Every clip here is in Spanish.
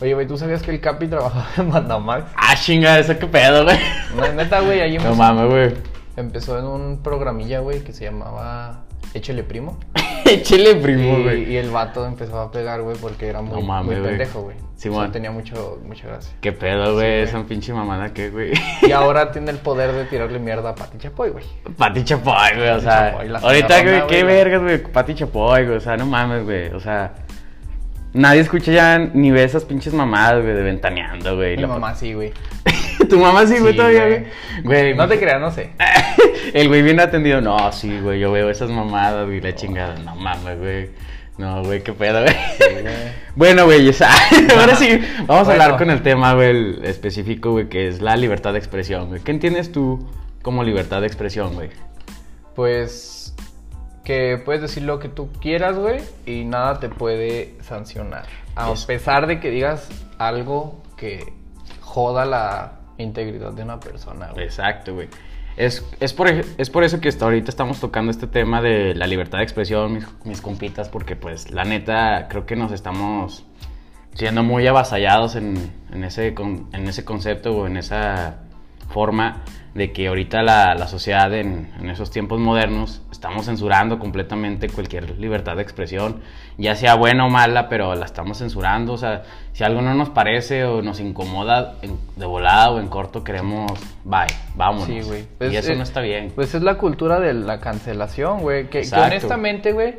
Oye, güey, ¿tú sabías que el Capi trabajaba en Bandamax? Ah, chinga, eso qué pedo, güey. No, neta, güey, ahí No empezó, mames, güey. empezó en un programilla, güey, que se llamaba Échele Primo. Chile Y, primo, güey. y el vato empezó a pegar, güey, porque era muy, No mames, muy güey. pendejo, güey. Simón. Eso tenía mucho, mucha gracia. Qué pedo, güey. güey. Esa pinche mamada que, güey. Y ahora tiene el poder de tirarle mierda a Pati Chapoy, güey. Pati Chapoy, güey, o Pati sea. Chapoy, la ahorita, señorona, güey, güey, qué la- vergas, güey. Pati Chapoy, güey, o sea, no mames, güey. O sea, nadie escucha ya ni ve esas pinches mamadas, güey, de ventaneando, güey. Mi La- mamá sí, güey. tu mamá sí, güey, Sí, todavía, güey. güey. Güey, No te creas, no sé. El güey bien atendido, no, sí, güey, yo veo esas mamadas, güey, la chingada, no mames, güey. No, güey, qué pedo, güey. güey. bueno, güey, esa- ahora sí, vamos a hablar Bueno. con el tema, güey, el específico, güey, que es la libertad de expresión, güey. ¿Qué entiendes tú como libertad de expresión, güey? Pues que puedes decir lo que tú quieras, güey, y nada te puede sancionar. A Es- pesar de que digas algo que joda la integridad de una persona, güey. Exacto, güey. Es, es, por, ej- es por eso que hasta ahorita estamos tocando este tema de la libertad de expresión, mis, mis compitas, porque pues la neta creo que nos estamos siendo muy avasallados en, en ese, con- en ese concepto o en esa forma de que ahorita la, la sociedad en, en esos tiempos modernos estamos censurando completamente cualquier libertad de expresión, ya sea buena o mala, pero la estamos censurando, o sea, si algo no nos parece o nos incomoda en- de volada o en corto queremos, bye, vámonos. Sí, güey. y Pues, eso eh, no está bien. Pues es la cultura de la cancelación, güey. Que- Que, Exacto. honestamente, güey,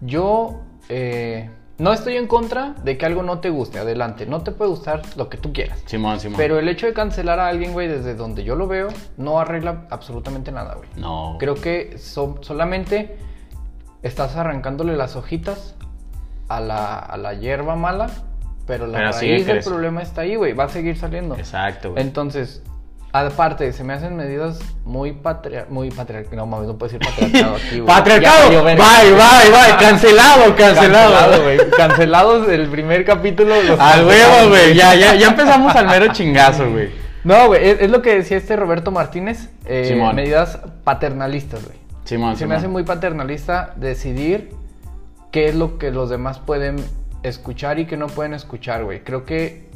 yo eh, no estoy en contra de que algo no te guste. Adelante, no te puede gustar lo que tú quieras. Simón, Simón. Pero el hecho de cancelar a alguien, güey, desde donde yo lo veo, no arregla absolutamente nada, güey. no. Creo que so- solamente estás arrancándole las hojitas a la, a la hierba mala, pero la Pero sigue raíz del creciendo. problema está ahí, güey. Va a seguir saliendo. Exacto, güey. Entonces, aparte, se me hacen medidas muy patriar... Muy patriar... No, mames, no puedo decir patriarcado aquí, güey. Ya Patriarcado. valió Bye, verga. bye, bye. Cancelado, cancelado. Cancelado, güey. Cancelados el primer capítulo. los Al huevo, cancelamos. güey. Ya, ya, ya empezamos al mero chingazo, güey. No, güey, es, es lo que decía este Roberto Martínez. eh, Simón. medidas paternalistas, güey. Simón, Se me hace Simón. muy paternalista decidir qué es lo que los demás pueden escuchar y qué no pueden escuchar, güey. Creo que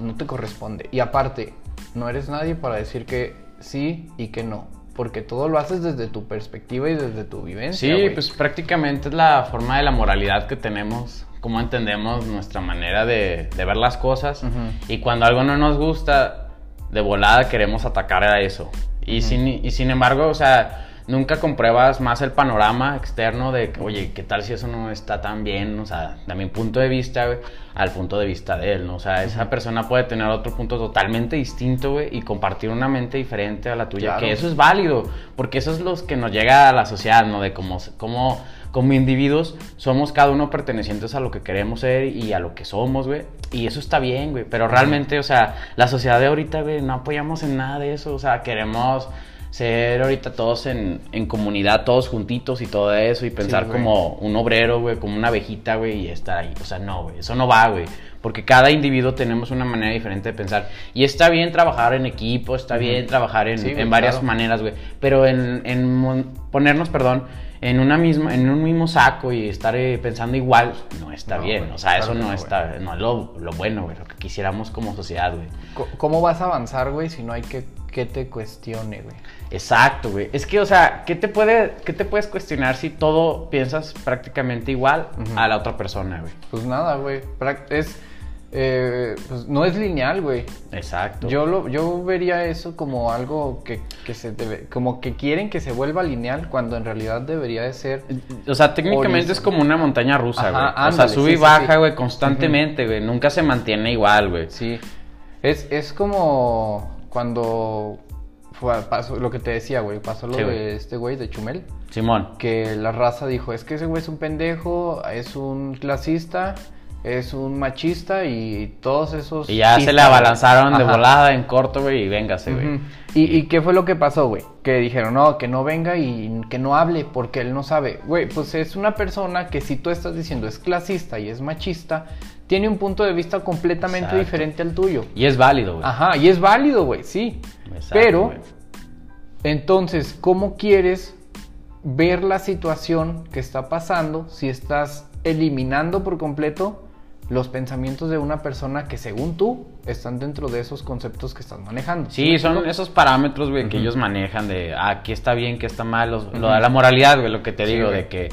no te corresponde. Y aparte, no eres nadie para decir que sí y que no. Porque todo lo haces desde tu perspectiva y desde tu Sí, vivencia. güey. pues prácticamente es la forma de la moralidad que tenemos, cómo entendemos nuestra manera de, de ver las cosas. Ujú. Y cuando algo no nos gusta, de volada queremos atacar a eso. Y, sin, y sin embargo, o sea, nunca compruebas más el panorama externo de, que, oye, ¿qué tal si eso no está tan bien? O sea, de mi punto de vista, güey, al punto de vista de él, ¿no? O sea, esa persona puede tener otro punto totalmente distinto, güey, y compartir una mente diferente a la tuya, Claro. que eso es válido, porque eso es lo que nos llega a la sociedad, ¿no? De cómo, cómo como individuos somos cada uno pertenecientes a lo que queremos ser y a lo que somos, güey. Y eso está bien, güey. Pero realmente, o sea, la sociedad de ahorita, güey, no apoyamos en nada de eso. O sea, queremos ser ahorita todos en, en comunidad, todos juntitos y todo eso, y pensar güey. como un obrero, güey, como una abejita, güey, y estar ahí. O sea, no, güey, eso no va, güey. Porque cada individuo tenemos una manera diferente de pensar. Y está bien trabajar en equipo, está bien trabajar en, Sí, güey, en varias claro. maneras, güey. Pero en, en mon- ponernos, perdón, en una misma, en un mismo saco y estar eh, pensando igual, no está No, bien. güey, o sea, claro eso que no, no, güey. está, no es lo, lo bueno, güey, lo que quisiéramos como sociedad, güey. Co- ¿Cómo vas a avanzar, güey, si no hay que, que te cuestione, güey? Exacto, güey. Es que, o sea, ¿qué te, puede, ¿qué te puedes cuestionar si todo piensas prácticamente igual Ujú. a la otra persona, güey? Pues nada, güey. Prac- Es, eh, pues no es lineal, güey. Exacto. Yo, lo, yo vería eso como algo que, que se debe- como que quieren que se vuelva lineal cuando en realidad debería de ser O sea, técnicamente Horizon. es como una montaña Ajá, rusa, güey. o sea, ándale, sube sí, y sí, baja, sí. güey, constantemente, güey. Nunca se mantiene igual, güey. sí es, es como cuando fue, pasó lo que te decía güey pasó lo Sí, güey. de este güey de Chumel Simón. que la raza dijo es que ese güey es un pendejo es un clasista es un machista y todos esos Y ya se chistes, le abalanzaron de Ajá. volada en corto, güey, y véngase, güey. Ujú. este, ¿Y, y qué fue lo que pasó, güey? Que dijeron, no, que no venga y que no hable porque él no sabe. Güey, pues es una persona que si tú estás diciendo es clasista y es machista, tiene un punto de vista completamente Exacto. diferente al tuyo. Y es válido, güey. Ajá, y es válido, güey, sí. Exacto, Pero, güey. entonces, ¿cómo quieres ver la situación que está pasando si estás eliminando por completo los pensamientos de una persona que según tú están dentro de esos conceptos que estás manejando. Sí, son esos parámetros, güey, que Ujú. ellos manejan de ah, qué está bien, qué está mal. los- Lo Ujú. de la moralidad, güey, lo que te Sí, digo, güey. de que.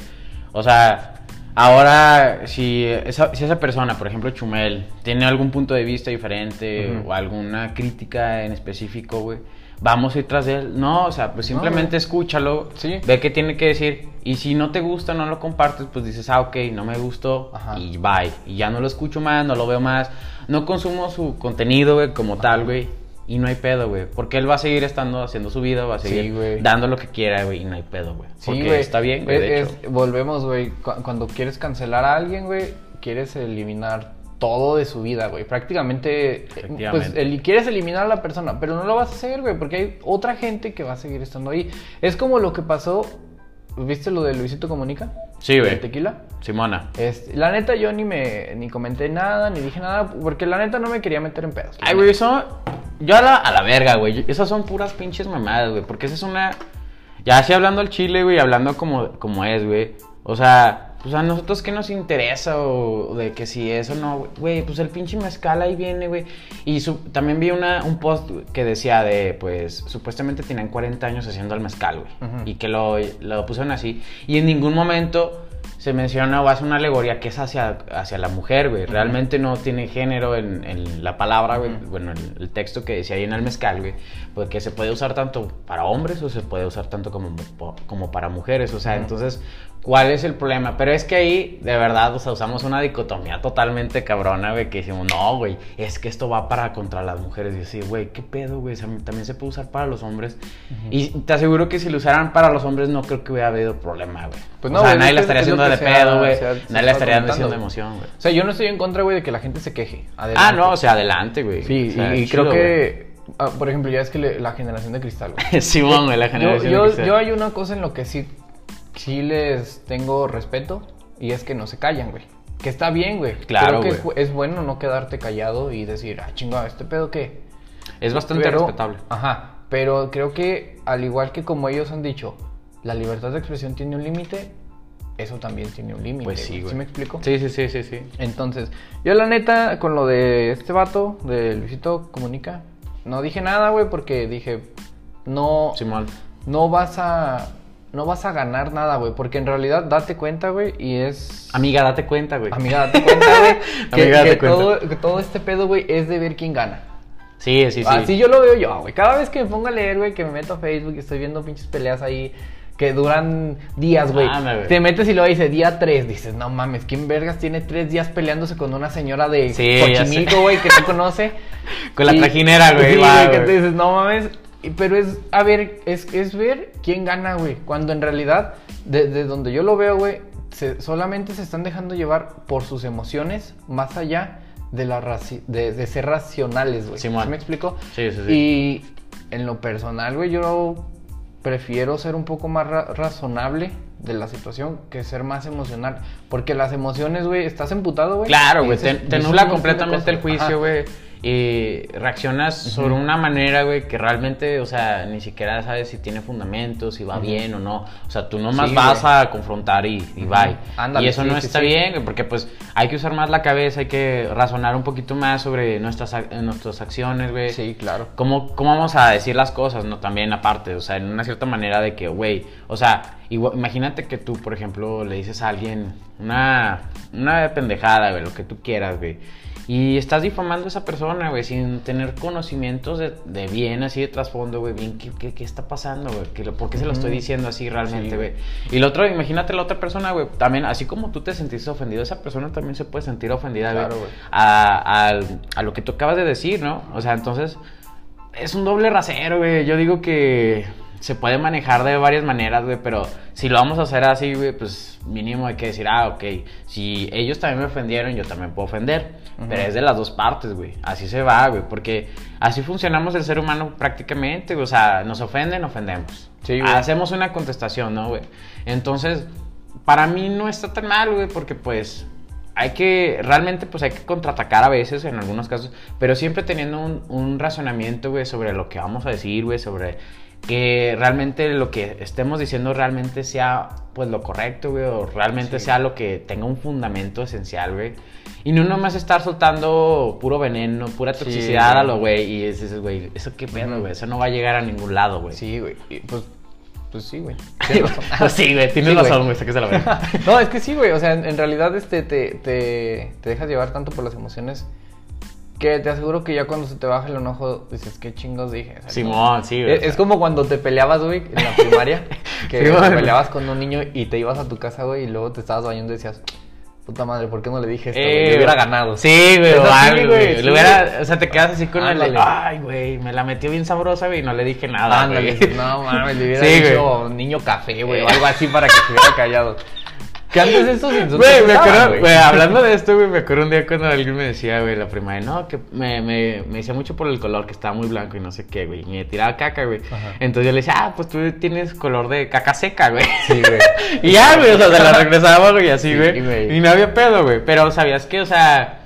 O sea, ahora, si esa, si esa persona, por ejemplo, Chumel, tiene algún punto de vista diferente Ujú. o alguna crítica en específico, güey, vamos a ir tras de él. No, o sea, pues No, simplemente güey. escúchalo, Sí. ve qué tiene que decir. Y si no te gusta, no lo compartes, pues dices, ah, ok, no me gustó, Ajá. y bye. Y ya no lo escucho más, no lo veo más. No consumo su contenido, güey, como tal, güey. Y no hay pedo, güey. Porque él va a seguir estando haciendo su vida, va a Sí, seguir güey. dando lo que quiera, güey. Y no hay pedo, güey. Sí, Porque güey. está bien, güey. De Es- hecho. es- volvemos, güey. Cu- Cuando quieres cancelar a alguien, güey, quieres eliminar todo de su vida, güey. Prácticamente, eh, pues, Efectivamente. el- quieres eliminar a la persona, pero no lo vas a hacer, güey, porque hay otra gente que va a seguir estando ahí. Es como lo que pasó, ¿viste lo de Luisito Comunica? Sí, güey. ¿El tequila? Simona. Este, la neta, yo ni me ni comenté nada, ni dije nada, porque la neta no me quería meter en pedos. la Ay, güey, eso. Yo a la, a la verga, güey. Esas son puras pinches mamadas, güey. Porque esa es una. Ya así hablando al chile, güey, hablando como, como es, güey. O sea, pues a nosotros qué nos interesa o de que si eso no, güey. güey. Pues el pinche mezcal ahí viene, güey. Y su- también vi una, un post güey, que decía de, pues, supuestamente tenían 40 años haciendo el mezcal, güey. Ujú. Y que lo, lo pusieron así. Y en ningún momento se menciona o hace una alegoría que es hacia, hacia la mujer, güey. Realmente no tiene género en, en la palabra, güey. Ujú. Bueno, el, el texto que decía ahí en el mezcal, güey. Porque se puede usar tanto para hombres o se puede usar tanto como, mu- po- como para mujeres. O sea, Ujú. entonces, ¿cuál es el problema? Pero es que ahí, de verdad, o sea, usamos una dicotomía totalmente cabrona, güey. Que decimos, no, güey, es que esto va para contra las mujeres. Y yo, sí, güey, ¿qué pedo, güey? O sea, también se puede usar para los hombres. Y te aseguro que si lo usaran para los hombres, no creo que hubiera habido problema, güey. Pues Pues no, no, o sea, güey, nadie es la que estaría es lo haciendo que de se ha- pedo, güey. se ha- se nadie la estaba estaría comentando. diciendo de emoción, güey. O sea, yo no estoy en contra, güey, de que la gente se queje. Ah, Adelante. no, o sea, adelante, güey. Sí, O sea, y, y chido, creo que, ah, por ejemplo, ya es que le- la generación de cristal, güey. güey. Simón, güey, la Yo, generación. eh. yo, que sea. yo hay una cosa en lo que sí, sí les tengo respeto y es que no se callan, güey. Que está bien, güey. Creo Claro, que güey. ju- es bueno no quedarte callado y decir, ah, chingada, ¿este pedo qué? Es bastante Pero- respetable. Ajá, pero creo que al igual que como ellos han dicho, la libertad de expresión tiene un límite, eso también tiene un límite. Pues sí, güey. ¿Sí me explico? Sí, sí, sí, sí, sí. Entonces, yo la neta, con lo de este vato, de Luisito Comunica, no dije nada, güey, porque dije, no, Simón. no vas a, no vas a ganar nada, güey, porque en realidad date cuenta, güey, y es... Amiga, date cuenta, güey. Amiga, date cuenta, güey, que, Amiga, date que cuenta. todo, que todo este pedo, güey, es de ver quién gana. Sí, sí, sí. Así yo lo veo yo, güey. Cada vez que me pongo a leer, güey, que me meto a Facebook y estoy viendo pinches peleas ahí que duran días, güey. Mames, güey. Te metes y lo dice día 3. Dices, no mames, ¿quién vergas tiene tres días peleándose con una señora de Sí, ya sé. Xochimilco, güey, que no conoce? Con la Y- trajinera, güey, Sí, va, que güey. te dices, no mames. Y- Pero es, a ver, es, es ver quién gana, güey. Cuando en realidad, desde donde yo lo veo, güey, se- solamente se están dejando llevar por sus emociones más allá de, la raci- de, de ser racionales, güey. ¿Sí Simón. me explico? Sí, sí, sí. Y en lo personal, güey, yo prefiero ser un poco más ra- razonable de la situación que ser más emocional. Porque las emociones, güey, estás emputado, güey. Claro, y güey. Te, dices- te dices un nubla montón de completamente el cosas, güey. Ajá. juicio, güey. Y reaccionas sobre una manera, güey, que realmente, o sea, ni siquiera sabes si tiene fundamentos, si va Ujú. bien o no. O sea, tú nomás Sí, vas güey. a confrontar y, y Ujú. bye. Ándale, y eso sí, no sí, está sí. bien, güey, porque pues hay que usar más la cabeza, hay que razonar un poquito más sobre nuestras, ac- nuestras acciones, güey. Sí, claro. ¿Cómo, ¿Cómo vamos a decir las cosas, no? También aparte, o sea, en una cierta manera de que, güey, o sea, igua- imagínate que tú, por ejemplo, le dices a alguien una, una pendejada, güey, lo que tú quieras, güey, y estás difamando a esa persona, güey, sin tener conocimientos de, de bien, así de trasfondo, güey, bien, ¿qué, qué, qué está pasando, güey? ¿Qué lo- ¿Por qué se lo estoy Ujú. diciendo así Sí, realmente, güey. güey? Y lo otro, imagínate la otra persona, güey, también, así como tú te sentiste ofendido, esa persona también se puede sentir ofendida, güey, Claro, güey. a, al- a lo que tú acabas de decir, ¿no? O sea, entonces, es un doble rasero, güey. Yo digo que se puede manejar de varias maneras, güey, pero si lo vamos a hacer así, güey, pues mínimo hay que decir, ah, ok, si ellos también me ofendieron, yo también puedo ofender. Ujú. Pero es de las dos partes, güey. Así se va, güey, porque así funcionamos el ser humano prácticamente, güey. O sea, nos ofenden, ofendemos. Sí, güey. Hacemos una contestación, ¿no, güey? Entonces, para mí no está tan mal, güey, porque pues hay que, realmente pues hay que contraatacar a veces en algunos casos, pero siempre teniendo un, un razonamiento, güey, sobre lo que vamos a decir, güey, sobre que realmente lo que estemos diciendo realmente sea pues lo correcto, güey, o realmente sea lo que tenga un fundamento esencial, güey. Y no nomás estar soltando puro veneno, pura Sí, toxicidad güey. a lo güey. Y es- dices, güey, eso qué pedo, güey. Eso no va a llegar a ningún lado, güey. Sí, güey. Y, Pues, pues sí, güey. Tienes razón. Pues sí, güey, tienes Sí, güey. razón, güey, sé que se la verga. No, es que sí, güey. O sea, en, en realidad este, te, te, te dejas llevar tanto por las emociones que te aseguro que ya cuando se te baja el enojo dices, qué chingos dije. O sea, Simón, sí, Es, güey. o sea. E, es como cuando te peleabas, güey, en la primaria. que Sí, te güey. peleabas con un niño y te ibas a tu casa, güey, y luego te estabas bañando y decías, puta madre, ¿por qué no le dije esto? güey? Eh, Yo hubiera güey. ganado. Sí, güey, Eso o sí, algo, güey, güey. sí, Le hubiera- o sea, te quedas así con el. Ándale. Ay, güey, me la metió bien sabrosa, güey, y no le dije nada. Ándale, güey. no mames, le hubiera Sí, dicho güey. Eh. niño café, güey, o algo así para que se hubiera callado. Que antes de esos insultos Güey, me estaban, acuerdo, güey. güey, hablando de esto, güey, me acuerdo un día cuando alguien me decía, güey, la prima de, no, que me, me, me decía mucho por el color, que estaba muy blanco y no sé qué, güey, y me tiraba caca, güey. Ajá. Entonces yo le decía, ah, pues tú tienes color de caca seca, güey. Sí, güey. Y ya, güey, o sea, se la regresaba, güey, y así, Sí, güey. güey. Y no había pedo, güey. Pero sabías que, o sea,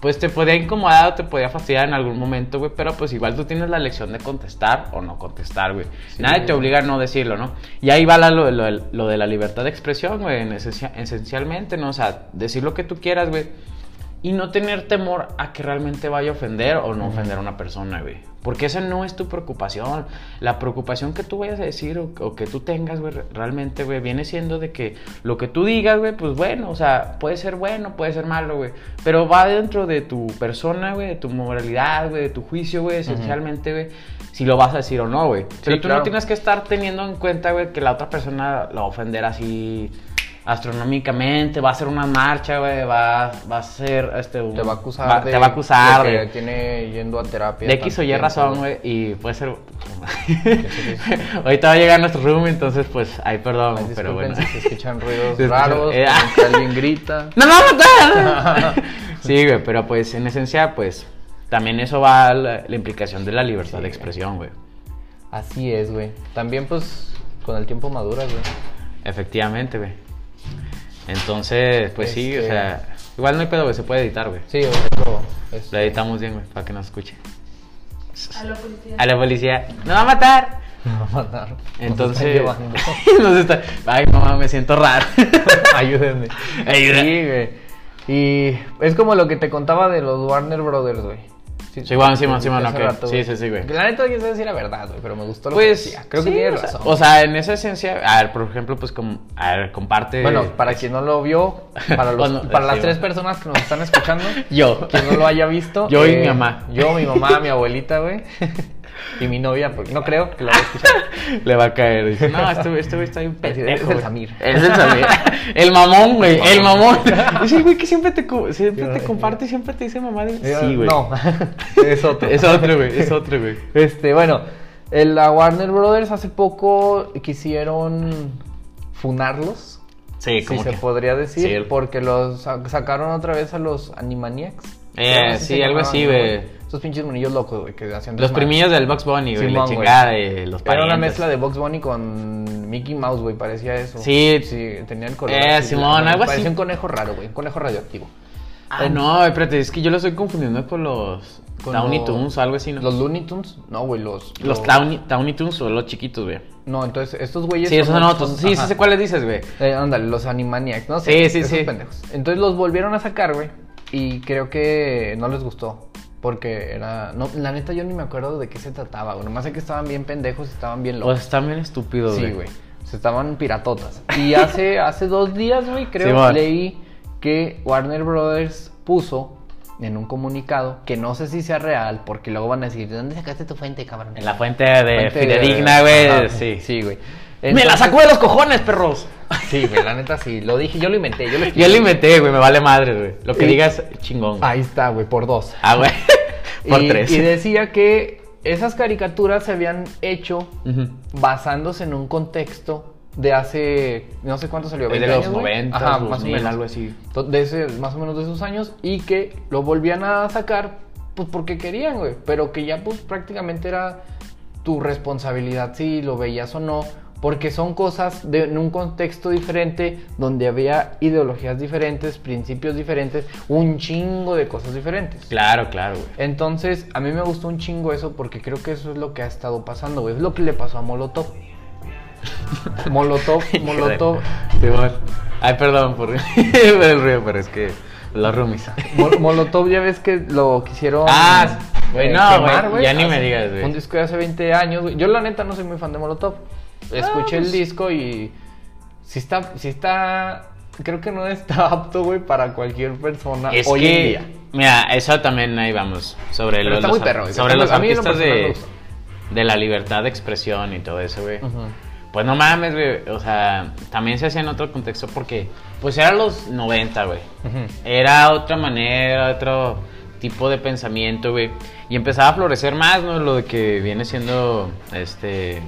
pues te podía incomodar o te podía fastidiar en algún momento, güey. Pero pues igual tú tienes la elección de contestar o no contestar, güey. Sí, Nadie te güey. obliga a no decirlo, ¿no? Y ahí va la- lo, lo- lo de la libertad de expresión, güey, en esencia- esencialmente, ¿no? O sea, decir lo que tú quieras, güey. Y no tener temor a que realmente vaya a ofender o no ofender a una persona, güey. Porque esa no es tu preocupación. La preocupación que tú vayas a decir o, o que tú tengas, güey, re- realmente, güey, viene siendo de que lo que tú digas, güey, pues bueno, o sea, puede ser bueno, puede ser malo, güey. Pero va dentro de tu persona, güey, de tu moralidad, güey, de tu juicio, güey, esencialmente, güey, si lo vas a decir o no, güey. Pero tú no claro. tienes que estar teniendo en cuenta, güey, que la otra persona la va a ofender así astronómicamente, va a hacer una marcha, güey, va, va a ser, este, un- Te va a acusar de, te va a acusar de que de, tiene yendo a terapia. de X o Y tanto razón, tiempo, güey, y puede ser... sí, Ahorita va a llegar nuestro room, entonces, pues, ay, perdón, Ay, pero disculpen bueno. si se escuchan ruidos Se escuchan- raros, eh, como que alguien grita. ¡No, no, no! no! sí, güey, pero pues, en esencia, pues, también eso va a la, la implicación de la libertad Sí, de güey. expresión, güey. Así es, güey. También, pues, con el tiempo maduras, güey. Efectivamente, güey. Entonces, pues sí, o Este- sea, igual no hay pedo, güey, se puede editar, güey. Sí, o sea, lo- es- Lo editamos bien, güey, para que nos escuche. A la policía. A la policía, ¡no va a matar! me va a matar. Nos están Entonces, llevando. nos está... Ay, mamá, me siento raro. Ayúdenme. Ayuda. Sí, güey. Y es como lo que te contaba de los Warner Brothers, güey. Sí, bueno, sí, bueno, sí, hace bueno, ok. rato, Sí, sí, sí, güey. La neta, yo sé decir la verdad, güey, pero me gustó lo pues, que decía. Creo sí, que tienes o sea, razón. O sea, en esa esencia, a ver, por ejemplo, pues, como, a ver, comparte. Bueno, para quien no lo vio, para, los- Eh, Bueno, para las sí, tres bueno. personas que nos están escuchando, Yo. quien no lo haya visto. eh, Yo y mi mamá. Yo, mi mamá, mi abuelita, güey. Y mi novia, porque no creo que la vaya a escuchar. Le va a caer. Dice, no, este güey este güey está bien Es el pendejo. güey". Samir. Es el Samir. El mamón, güey. El El mamón. mamón. Es el güey que siempre te, co- siempre Sí, te güey. comparte y siempre te dice mamá. De... Sí, güey. Eh, No, es otro. Es otro, güey. Es otro, güey. Este, bueno, el- la Warner Brothers hace poco quisieron funarlos, Sí, si como se que- podría decir, Sí. porque los sa- sacaron otra vez a los Animaniacs. Eh, Algo así sí, se algo llamaban, así, ¿no, güey? Esos pinches monillos locos, güey, que hacían Los desmadre. primillos del Box Bunny, güey. la Simón, güey. chingada de los Era una parientes. mezcla de Box Bunny con Mickey Mouse, güey, parecía eso. Sí. Sí, tenía el color. Eh, así, Simón, la- algo parecía así. un conejo raro, güey, un conejo radioactivo. Ah, no, güey, espérate, es que yo lo estoy confundiendo con los Con Towny los- Toons o algo así, ¿no? Los Looney Tunes, no, güey, los... Los Towny, Towny Toons o los chiquitos, güey. No, entonces, estos güeyes... Sí, esos son los- otros. Sí, sí ajá. sé cuáles dices, güey. Eh, ándale, los Animaniacs, ¿no? Sí, sí, esos sí. pendejos. Entonces los volvieron a sacar, güey. Y creo que no les gustó. Porque era. No, la neta, yo ni me acuerdo de qué se trataba, güey. Nomás sé que estaban bien pendejos y estaban bien Los locos. están bien estúpidos, güey. sí, güey. Se estaban piratotas. Y hace, hace dos días, güey, creo, Simón. leí que Warner Brothers puso en un comunicado que no sé si sea real, porque luego van a decir: ¿De dónde sacaste tu fuente, cabrón? En la fuente de Fuente Fidedigna, güey. Ajá, Sí. Sí, güey. ¡Me la Entonces- sacó de los cojones, perros! Sí, güey, la neta sí. Lo dije, yo lo inventé. Yo lo, Yo lo inventé, güey, me vale madre, güey. Lo que Y- digas, chingón. güey. Ahí está, güey, por dos. Ah, güey. Por y, tres. y decía que esas caricaturas se habían hecho Ujú. basándose en un contexto de hace, no sé cuánto salió, Es de 20 los años, güey. 90, Ajá, más o 2000, menos. algo así. To- De ese, más o menos de esos años y que lo volvían a sacar pues porque querían, güey, pero que ya pues prácticamente era tu responsabilidad si lo veías o no, porque son cosas de, en un contexto diferente donde había ideologías diferentes, principios diferentes, un chingo de cosas diferentes. Claro, claro, güey. Entonces, a mí me gustó un chingo eso porque creo que eso es lo que ha estado pasando, güey. Es lo que le pasó a Molotov. Molotov, Molotov, Sí, bueno. Ay, perdón por el ruido, pero es que los roomies. Mol- Molotov ya ves que lo quisieron Ah, güey, no, quemar, güey, ya ni Hace- me digas, güey. Un disco de hace 20 años, güey. Yo la neta no soy muy fan de Molotov. Ah, Escuché pues. el disco y sí está sí está creo que no está apto, güey, para cualquier persona Es hoy que, en día. mira, eso también ahí vamos. Sobre Pero los, está los muy ar- perro, güey. sobre Está los muy- a mí en lo artistas personal me de, gusta. de la libertad de expresión y todo eso, güey. Ujú. Pues no mames, güey. O sea, también se hacía en otro contexto porque, pues eran los 90, güey. Ujú. Era otra manera, otro tipo de pensamiento, güey. Y empezaba a florecer más, ¿no? Lo de que viene siendo, este,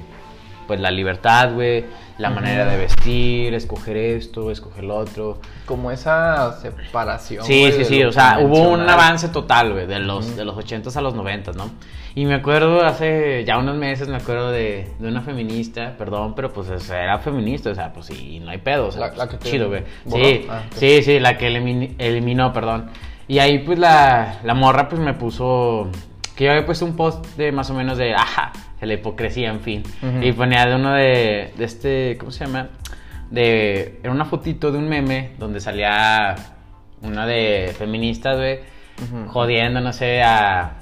pues la libertad, güey. La manera de vestir, escoger esto, escoger lo otro. Como esa separación. Sí, güey, sí, de sí, lo o sea, hubo un convencional. avance total, güey, de los, de los 80s a los 90s, ¿no? Y me acuerdo hace ya unos meses, me acuerdo de, de una feminista, perdón, pero pues o sea, era feminista, o sea, pues sí, no hay pedo, o sea, La- la pues, que te chido, güey. borró. Sí, Ah, ok. sí, sí, la que elimini- eliminó, perdón. Y ahí pues la, la morra pues me puso, que yo había puesto un post de más o menos de, ajá, de la hipocresía, en fin. Ujú. Y ponía de uno de, de este, ¿cómo se llama? De, era una fotito de un meme donde salía una de feministas, güey, Ujú. jodiendo, no sé, a,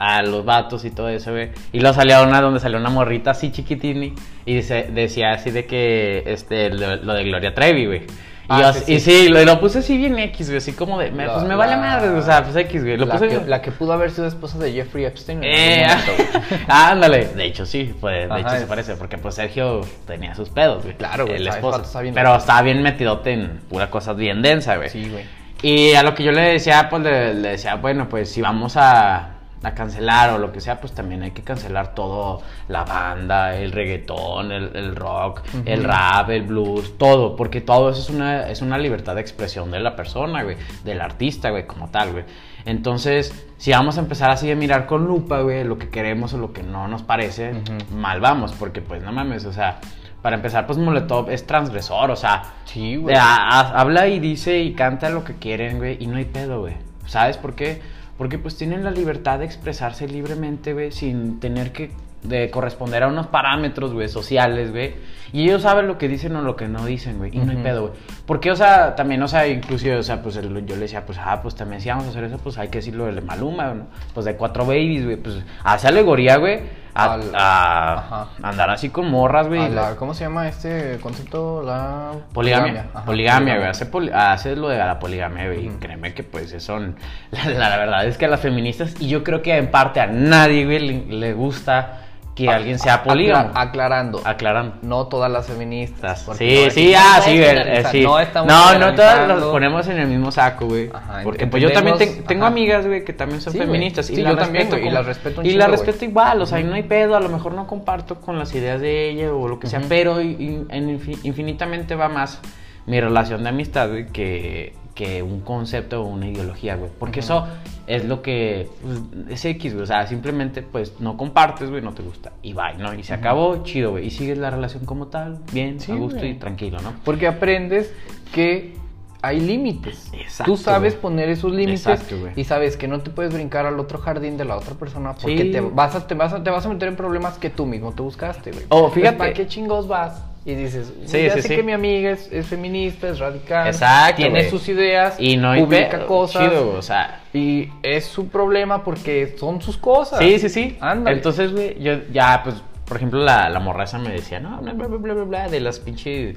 a los vatos y todo eso, güey. Y luego salía una donde salió una morrita así chiquitini y se, decía así de que, este, lo, lo de Gloria Trevi, güey. Y, Ah, yo- sí, y sí. sí, lo, lo puse así bien X, güey, así como de, me- La- pues me vale la- madre, o sea, pues X, güey. Lo la, puse que, la que pudo haber sido esposa de Jeffrey Epstein. en eh, algún momento, güey. ah, ándale. De hecho, sí, pues, de Ajá, hecho se es- parece, porque pues Sergio tenía sus pedos, güey. Claro, güey, El está- el esposo. vato está bien pero loco. estaba bien metidote en pura cosa bien densa, güey. Sí, güey. Y a lo que yo le decía, pues le, le decía, bueno, pues si vamos a, a cancelar o lo que sea, pues también hay que cancelar todo, la banda, el reggaetón, el, el rock, el rap, el blues, todo, porque todo eso es una, es una libertad de expresión de la persona, güey, del artista, güey, como tal, güey. Entonces, si vamos a empezar así a mirar con lupa, güey, lo que queremos o lo que no nos parece, Ujú. mal vamos, porque pues no mames, o sea, para empezar, pues Molotov es transgresor, o sea, Sí, de- güey. a- a- habla y dice y canta lo que quieren, güey, y no hay pedo, güey. ¿Sabes por qué? Porque pues tienen la libertad de expresarse libremente, güey, sin tener que de corresponder a unos parámetros, güey, sociales, güey. Y ellos saben lo que dicen o lo que no dicen, güey. Y no hay Ujú. pedo, güey. Porque, o sea, también, o sea, inclusive, o sea, pues el- yo le decía, pues, ah, pues también si vamos a hacer eso, pues hay que decirlo de Maluma, ¿no? Pues de cuatro babies, güey. Pues hace alegoría, güey, a, Al- a ajá. andar así con morras, güey. A la- ¿Cómo se llama este concepto? La Poligamia, Ajá, poligamia, güey. Hace, poli- hace lo de la poligamia, güey. y Créeme que, pues, eso. La, la- la verdad es que a las feministas, y yo creo que en parte a nadie, güey, le, le gusta que alguien sea polígamo. Acla- aclarando. Aclarando. no todas las feministas. Estás- porque Sí, no sí, es- ah, no sí, es güey. eh, generalizar, sí. No No, estamos no todos generalizando. los ponemos en el mismo saco, güey. Ajá, ent- Porque pues yo también entendemos, ten- tengo ajá. amigas, güey, que también son Sí, güey. feministas. Sí, y las yo también, respeto güey, y como- las respeto un Y chingo, las güey. respeto igual, o sea, y no hay pedo. A lo mejor no comparto con las ideas de ella o lo que sea, Ujú. pero y- y- en infi- infinitamente va más mi relación de amistad, güey, que, que un concepto o una ideología, güey. Porque eso es lo que pues, es X, güey. O sea, simplemente, pues, no compartes, güey, no te gusta. Y bye, ¿no? Y se acabó, chido, güey. Y sigues la relación como tal, bien, Sí, a gusto güey. y tranquilo, ¿no? Porque aprendes que hay límites. Exacto, Tú sabes güey. poner esos límites Exacto, güey. y sabes que no te puedes brincar al otro jardín de la otra persona porque Sí. te, vas a, te, vas a, te vas a meter en problemas que tú mismo te buscaste, güey. Oh, fíjate. ¿Para qué chingos vas? Y dices, Sí, ya sí, sé sí. que mi amiga es, es feminista, es radical, Exacto, tiene güey. sus ideas, Y no hay publica pedo, cosas. Chido, o sea. Y es su problema porque son sus cosas. Sí, sí, sí. Ándale. Entonces, güey, yo ya, pues, por ejemplo, la, la morraza me decía, no, bla, bla, bla, bla, bla, bla, de las pinches.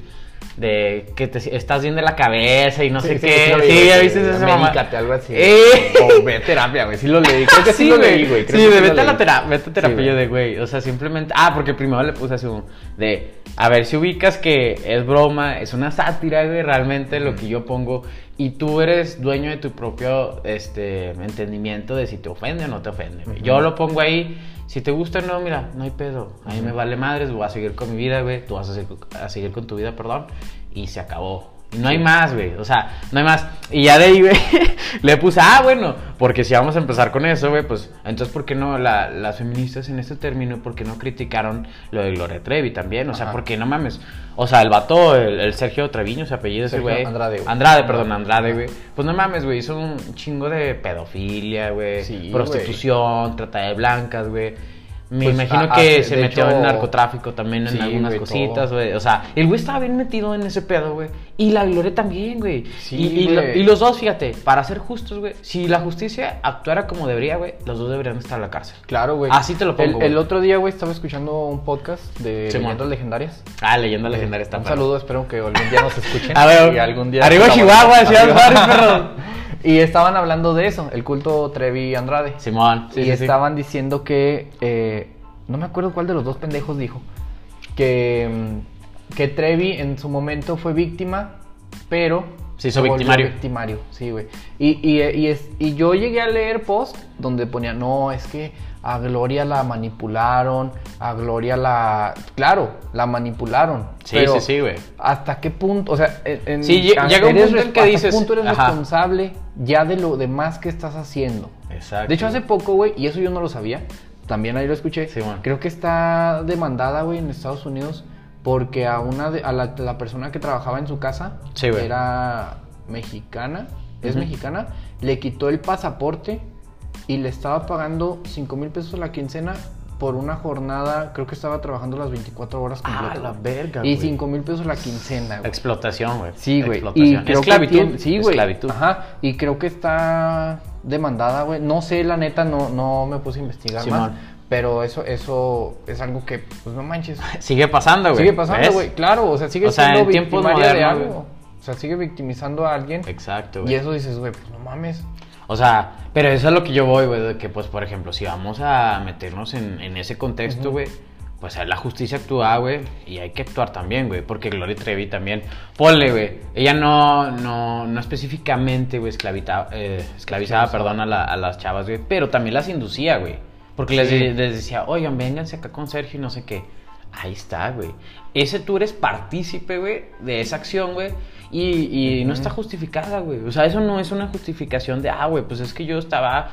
De que te estás bien de la cabeza y no sé Sí, sí, qué. sí lo Sí, leí, ya güey, viste esa mamá. medícate, algo así. Eh. O ve a terapia, güey. Sí lo leí. Creo que sí, lo leí, güey. creo Sí, que de lo vete a leí. la terapia, vete a terapia Sí, yo güey. de güey. O sea, simplemente. Ah, porque primero le puse así un. De. A ver si ubicas que es broma, es una sátira, güey, realmente lo que yo pongo. Y tú eres dueño de tu propio este, entendimiento de si te ofende o no te ofende. güey. Yo lo pongo ahí. Si te gusta, no, mira, no hay pedo. A mí me vale madres, voy a seguir con mi vida, güey. Tú vas a seguir, a seguir con tu vida, perdón. Y se acabó. Y no hay más, güey. O sea, no hay más. Y ya de ahí, güey, le puse, ah, bueno, porque si vamos a empezar con eso, güey, pues entonces, ¿por qué no la- las feministas en este término, por qué no criticaron lo de Gloria Trevi también? O sea, Ajá. porque no mames. O sea, el vato, el, el Sergio Treviño, se apellido ese Sergio güey. Andrade, güey. Andrade, perdón, Andrade, güey. Pues no mames, güey, hizo un chingo de pedofilia, güey. Sí, prostitución, trata de blancas, güey. Me Pues, a- imagino que a- se de metió hecho- en narcotráfico también en Sí, algunas güey, cositas, todo. güey. O sea, el güey estaba bien metido en ese pedo, güey. Y la Gloria también, güey. Sí, y, y lo- güey. y los dos, fíjate, para ser justos, güey, si la justicia actuara como debería, güey, los dos deberían estar en la cárcel. Claro, güey. Así te lo pongo, El, el güey. otro día, güey, estaba escuchando un podcast de Simón. leyendas legendarias. Ah, leyenda legendaria está Este, Un perro. saludo, espero que algún día nos escuchen. A ver, y algún día arriba Chihuahua, Ciudad Arriba. Juárez, perro. Y estaban hablando de eso, el culto Trevi Andrade. Simón. Sí, y sí, sí. estaban diciendo que. eh, no me acuerdo cuál de los dos pendejos dijo. Que, mm, que Trevi en su momento fue víctima, pero. Se hizo volvió victimario. victimario, sí, güey. Y, y, eh, y es- y yo llegué a leer post donde ponía, no, es que a Gloria la manipularon, a Gloria la. Claro, la manipularon. Sí, pero sí, sí, güey. ¿Hasta qué punto? O sea, en- en- Sí, lle- llega un eres punto en resp- que ¿hasta dices, qué punto eres ajá. responsable ya de lo demás que estás haciendo? Exacto. De hecho, hace poco, güey, y eso yo no lo sabía, también ahí lo escuché. Sí, bueno. Creo que está demandada, güey, en Estados Unidos porque a una de- a la, la persona que trabajaba en su casa Sí, güey. era mexicana, es Ujú. mexicana, le quitó el pasaporte y le estaba pagando 5 mil pesos a la quincena por una jornada, creo que estaba trabajando las 24 horas Ah, completas. la güey. verga, Y güey. 5 mil pesos a la quincena, güey. Explotación, güey. Sí, güey. Y Explotación. creo que Esclavitud. tiene- sí, güey. Esclavitud. Ajá. Y creo que está demandada, güey. No sé, la neta, no, no me puse a investigar Sí, más. man. Pero eso, eso es algo que, pues no manches. Sigue pasando, Ah, güey. Sigue pasando, ¿Ves? güey. Claro, o sea, sigue O sea, siendo en tiempos victimaria de modernos, algo. güey. O sea, sigue victimizando a alguien. Exacto, Y güey. eso dices, güey, pues no mames. O sea, pero eso es lo que yo voy, güey, de que pues, por ejemplo, si vamos a meternos en, en ese contexto, güey, pues la justicia actúa, güey, y hay que actuar también, güey, porque Gloria Trevi también, ponle, güey, ella no, no, no específicamente, güey, esclavita- eh, esclavizaba, perdón, a, la- a las chavas, güey, pero también las inducía, güey, porque les, Sí. de- les decía, oigan, vénganse acá con Sergio y no sé qué. Ahí está, güey. Ese tú eres partícipe, güey, de esa acción, güey. Y, y no está justificada, güey. O sea, eso no es una justificación de, ah, güey, pues es que yo estaba,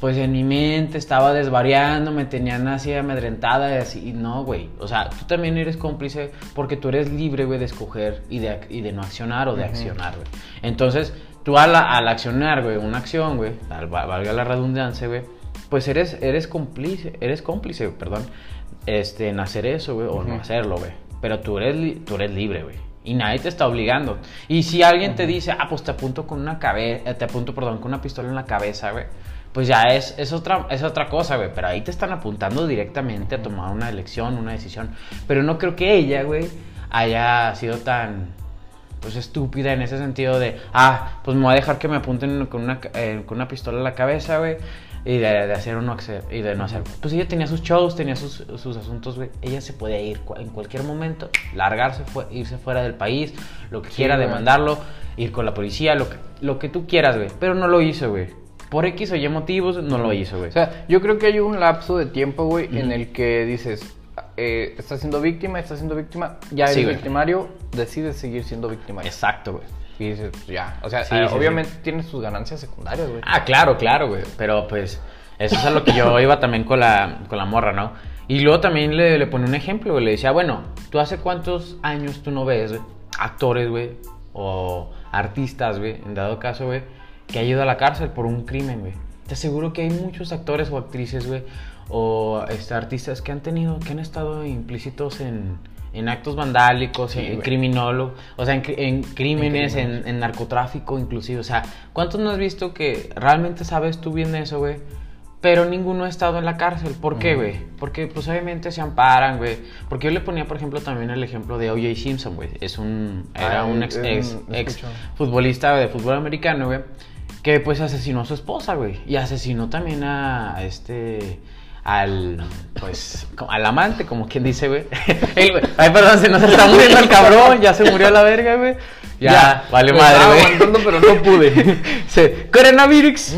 pues en mi mente, estaba desvariando, me tenían así amedrentada y así. Y no, güey. O sea, tú también eres cómplice porque tú eres libre, güey, de escoger y de, ac- y de no accionar o de accionar, güey. Entonces, tú al, al accionar, güey, una acción, güey, al- valga la redundancia, güey pues eres, eres cómplice, eres cómplice, perdón, este, en hacer eso, güey, o no Ujú. hacerlo, güey. Pero tú eres, li- tú eres libre, güey. Y nadie te está obligando. Y si alguien te dice, ah, pues te apunto con una cabeza, te apunto, perdón, con una pistola en la cabeza, güey. Pues ya es, es, otra, es otra cosa, güey. Pero ahí te están apuntando directamente a tomar una elección, una decisión. Pero no creo que ella, güey, haya sido tan, pues estúpida en ese sentido de, ah, pues me voy a dejar que me apunten con una, ca- eh, con una pistola en la cabeza, güey, y de, de hacer o no hacer, y de no hacer. Pues ella tenía sus shows, tenía sus, sus asuntos, güey, ella se podía ir cu- en cualquier momento, largarse, fue, irse fuera del país, lo que quiera, güey. demandarlo, ir con la policía, lo que, lo que tú quieras, güey, pero no lo hizo, güey. Por X o Y motivos, no lo hizo, güey. O sea, yo creo que hay un lapso de tiempo, güey, en el que dices, eh, estás siendo víctima, estás siendo víctima, ya Sí, eres güey. victimario, decides seguir siendo victimario. Exacto, güey. Y dices, pues, ya. O sea, Sí, eh, sí, obviamente tienes sus ganancias secundarias, güey. Ah, claro, claro, güey. Pero pues, eso es a lo que yo iba también con la, con la morra, ¿no? Y luego también le, le ponía un ejemplo, güey. Le decía, bueno, ¿tú hace cuántos años tú no ves, güey, actores, güey, o artistas, güey, en dado caso, güey, que ha ido a la cárcel por un crimen, güey? Te aseguro que hay muchos actores o actrices, güey, o este, artistas que han tenido, que han estado implícitos en, en actos vandálicos, Sí, en, en güey. criminólogo, o sea, en, cri- en crímenes, en, crímenes. en narcotráfico inclusive. O sea, ¿cuántos no has visto que realmente sabes tú bien de eso, güey? Pero ninguno ha estado en la cárcel. ¿Por qué, güey? Porque pues obviamente se amparan, güey. Porque yo le ponía, por ejemplo, también el ejemplo de O.J. Simpson, güey. Es un... Era Ah, un ex, eh, ex- lo ex escucho. futbolista de fútbol americano, güey. Que pues asesinó a su esposa, güey. Y asesinó también a, a este... Al, pues, co- al amante, como quien dice, güey. El güey- Ay, perdón, se nos está muriendo el cabrón. Ya se murió a la verga, güey. Ya, vale me pues, madre, estaba güey. aguantando, pero no pude. Se, coronavirus.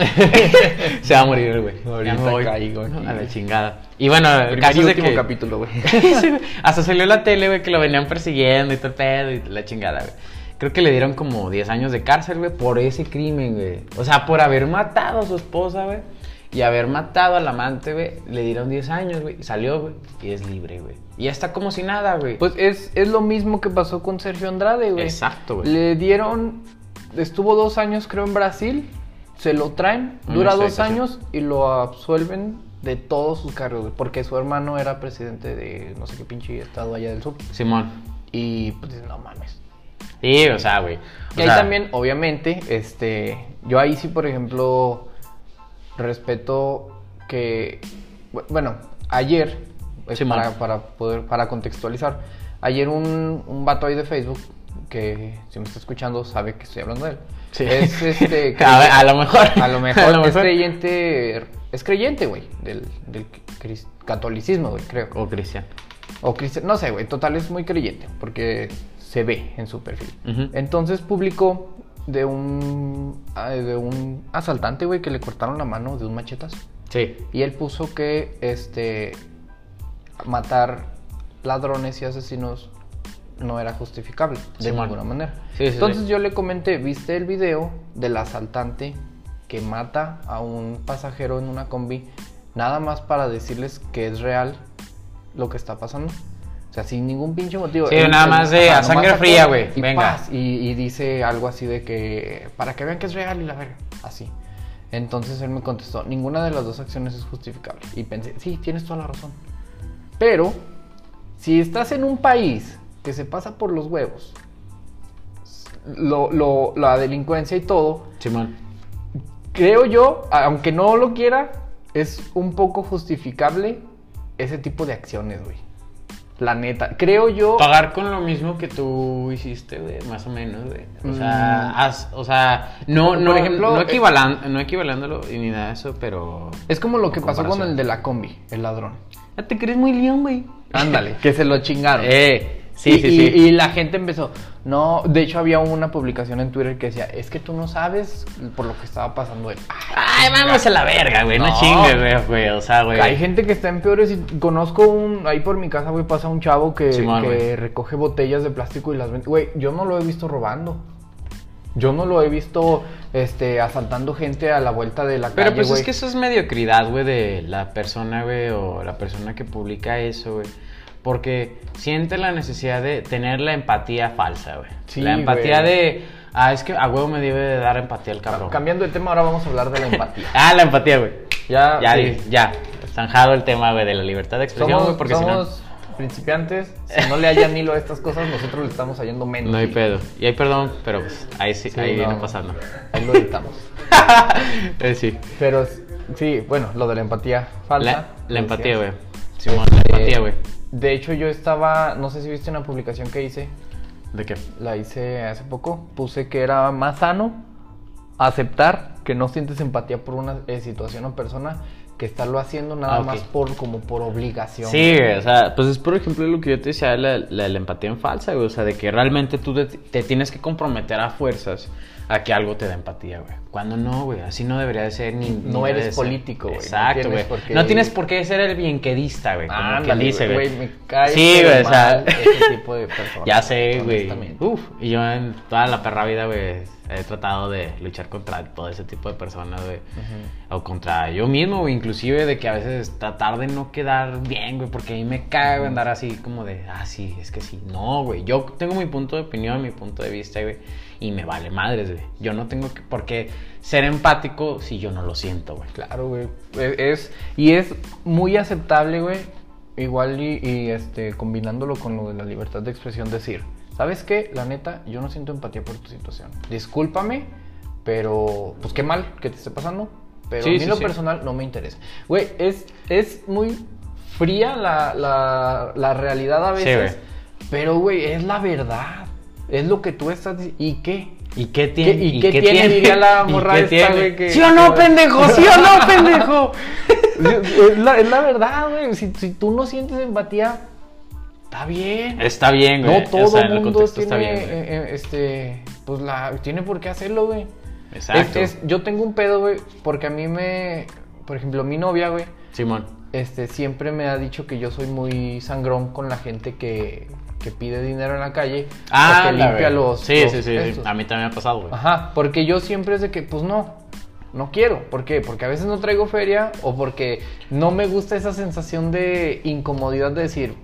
se va a morir, el güey. Ahorita Ya me voy. caigo aquí. A la chingada. Y bueno, el Primer caso y es de último que... capítulo, güey. Sí, güey. Hasta salió en la tele, güey, que lo venían persiguiendo y todo el pedo y la chingada, güey. Creo que le dieron como 10 años de cárcel, güey, por ese crimen, güey. O sea, por haber matado a su esposa, güey. Y haber matado al amante, güey. Le dieron 10 años, güey. Salió, güey. Y es libre, güey. Y ya está como si nada, güey. Pues es, es lo mismo que pasó con Sergio Andrade, güey. Exacto, güey. Le dieron. Estuvo dos años, creo, en Brasil. Se lo traen, Una dura dos extraditación. años y lo absuelven de todos sus cargos, güey, porque su hermano era presidente de no sé qué pinche estado allá del sur. Simón. Y pues dices, no mames. Sí, o sea, güey. O Y ahí sea, también, obviamente, este, yo ahí sí, por ejemplo, respeto que, bu- bueno, ayer, pues, Simón. para, para poder, para contextualizar, ayer un, un vato ahí de Facebook, que si me está escuchando sabe que estoy hablando de él, Sí. es este, a, ver, a lo mejor. a lo mejor, es mejor. creyente, es creyente, güey, del, del cris- catolicismo, güey, creo. O Cristian. O cristi- no sé, güey, total es muy creyente, porque se ve en su perfil. Ujú. Entonces publicó de un, ah, de un asaltante, güey, que le cortaron la mano de un machetazo. Sí. Y él puso que, este, matar ladrones y asesinos no era justificable, de Simón. ninguna manera. Sí, sí, Entonces sí. yo le comenté, ¿viste el video del asaltante que mata a un pasajero en una combi nada más para decirles que es real lo que está pasando? O sea, sin ningún pinche motivo. Sí, nada más de a nomás sangre sacó fría, güey, Y, venga. paz, y, y dice algo así de que, para que vean que es real y la verga, así. Entonces él me contestó, ninguna de las dos acciones es justificable. Y pensé, sí, tienes toda la razón. Pero, si estás en un país que se pasa por los huevos, lo- lo- la delincuencia y todo, Simón. creo yo, aunque no lo quiera, es un poco justificable ese tipo de acciones, güey. La neta, creo yo... Pagar con lo mismo que tú hiciste, güey, más o menos, güey. O sea, Mm. haz- o sea, no, Por no, ejemplo, no, eh, equivalan- no equivalándolo y ni nada de eso, pero... Es como lo que en pasó con comparación. el de la combi, el ladrón. Ah, te crees muy león, güey. Ándale, que se lo chingaron. Eh, sí, y, sí, y- sí. y la gente empezó. No, de hecho había una publicación en Twitter que decía, es que tú no sabes por lo que estaba pasando él. Ah, Ay, vamos a la verga, güey. No, No. chingues, güey, güey. O sea, güey. Hay gente que está en peores y conozco un, ahí por mi casa, güey, pasa un chavo que, Simón, que güey. recoge botellas de plástico y las vende. Güey, yo no lo he visto robando. Yo no lo he visto este, asaltando gente a la vuelta de la Pero calle, pues güey. es que eso es mediocridad, güey, de la persona, güey, o la persona que publica eso, güey. Porque siente la necesidad de tener la empatía falsa, güey. Sí, la empatía güey. de, ah, es que a huevo me debe de dar empatía el cabrón. Cambiando de tema, ahora vamos a hablar de la empatía. Ah, la empatía, güey. Ya, Ya, sí. di- ya. Zanjado el tema, güey, de la libertad de expresión, Somos, güey, porque somos principiantes. Si no le hallan hilo a estas cosas, nosotros le estamos hallando si no... menos. No hay Y pedo. Y hay perdón, pero pues ahí sí, Sí, ahí no. viene pasando. Ahí lo editamos. Eh, sí. Pero s- sí, bueno, lo de la empatía falsa. La, la decías. empatía, güey. Simón, la empatía, güey. De hecho, yo estaba, no sé si viste una publicación que hice, ¿De qué? la hice hace poco, puse que era más sano aceptar que no sientes empatía por una eh, situación o persona que estarlo haciendo nada Ah, ok. más por como por obligación. Sí, güey, o sea, pues es por ejemplo lo que yo te decía, la, la, la empatía en falsa, güey. O sea, de que realmente tú te, te tienes que comprometer a fuerzas a que algo te dé empatía, güey. Cuando no, güey, así no debería de ser ni... ni No debe eres de ser. político, güey, no Exacto, tienes güey. por qué- No tienes por qué ser el bienquedista, güey. Como que Ándale, dice, güey. Me cae Sí, pero güey, o sea... mal ese tipo de personas. Ya sé, güey. honestamente. Uf, y yo en toda la perra vida, güey, he tratado de luchar contra todo ese tipo de personas, güey. O contra yo mismo, güey, inclusive de que a veces tratar de no quedar bien, güey, porque a mí me caga güey, andar así como de, ah, sí, es que sí. No, güey, yo tengo mi punto de opinión, mi punto de vista, güey, y me vale madres, güey. Yo no tengo que, por qué ser empático si yo no lo siento, güey. Claro, güey. Es, es- y es muy aceptable, güey. Igual y, y, este, combinándolo con lo de la libertad de expresión, decir, ¿sabes qué? La neta, yo no siento empatía por tu situación. Discúlpame, pero pues qué mal que te esté pasando. Pero Sí, a mí sí, en lo sí. personal no me interesa. Güey, es, es muy fría la, la- la realidad a Sí, veces. pero, güey, es la verdad. Es lo que tú estás... di- ¿Y qué? ¿Y qué tiene? ¿Qué- y qué tiene? Diría la ¿Y morra qué esta, tiene? güey, que- ¿Sí o no, pendejo? ¿Sí o no, pendejo? es, la, es la verdad, güey. Si, si tú no sientes empatía, está bien. Está bien, Eh, güey. no todo o sea, en el mundo contexto tiene, está bien, güey. eh, eh, este, pues la, tiene por qué hacerlo, güey. Exacto. Es- es- yo tengo un pedo, güey, porque a mí me, por ejemplo, mi novia, güey, Simón. este, siempre me ha dicho que yo soy muy sangrón con la gente que, que pide dinero en la calle o que Ah, la limpia verga. los. Sí, los sí, sí, sí. estos. A mí también me ha pasado, güey. Ajá, porque yo siempre es de que, pues no, no quiero. ¿Por qué? Porque a veces no traigo feria o porque no me gusta esa sensación de incomodidad de decir,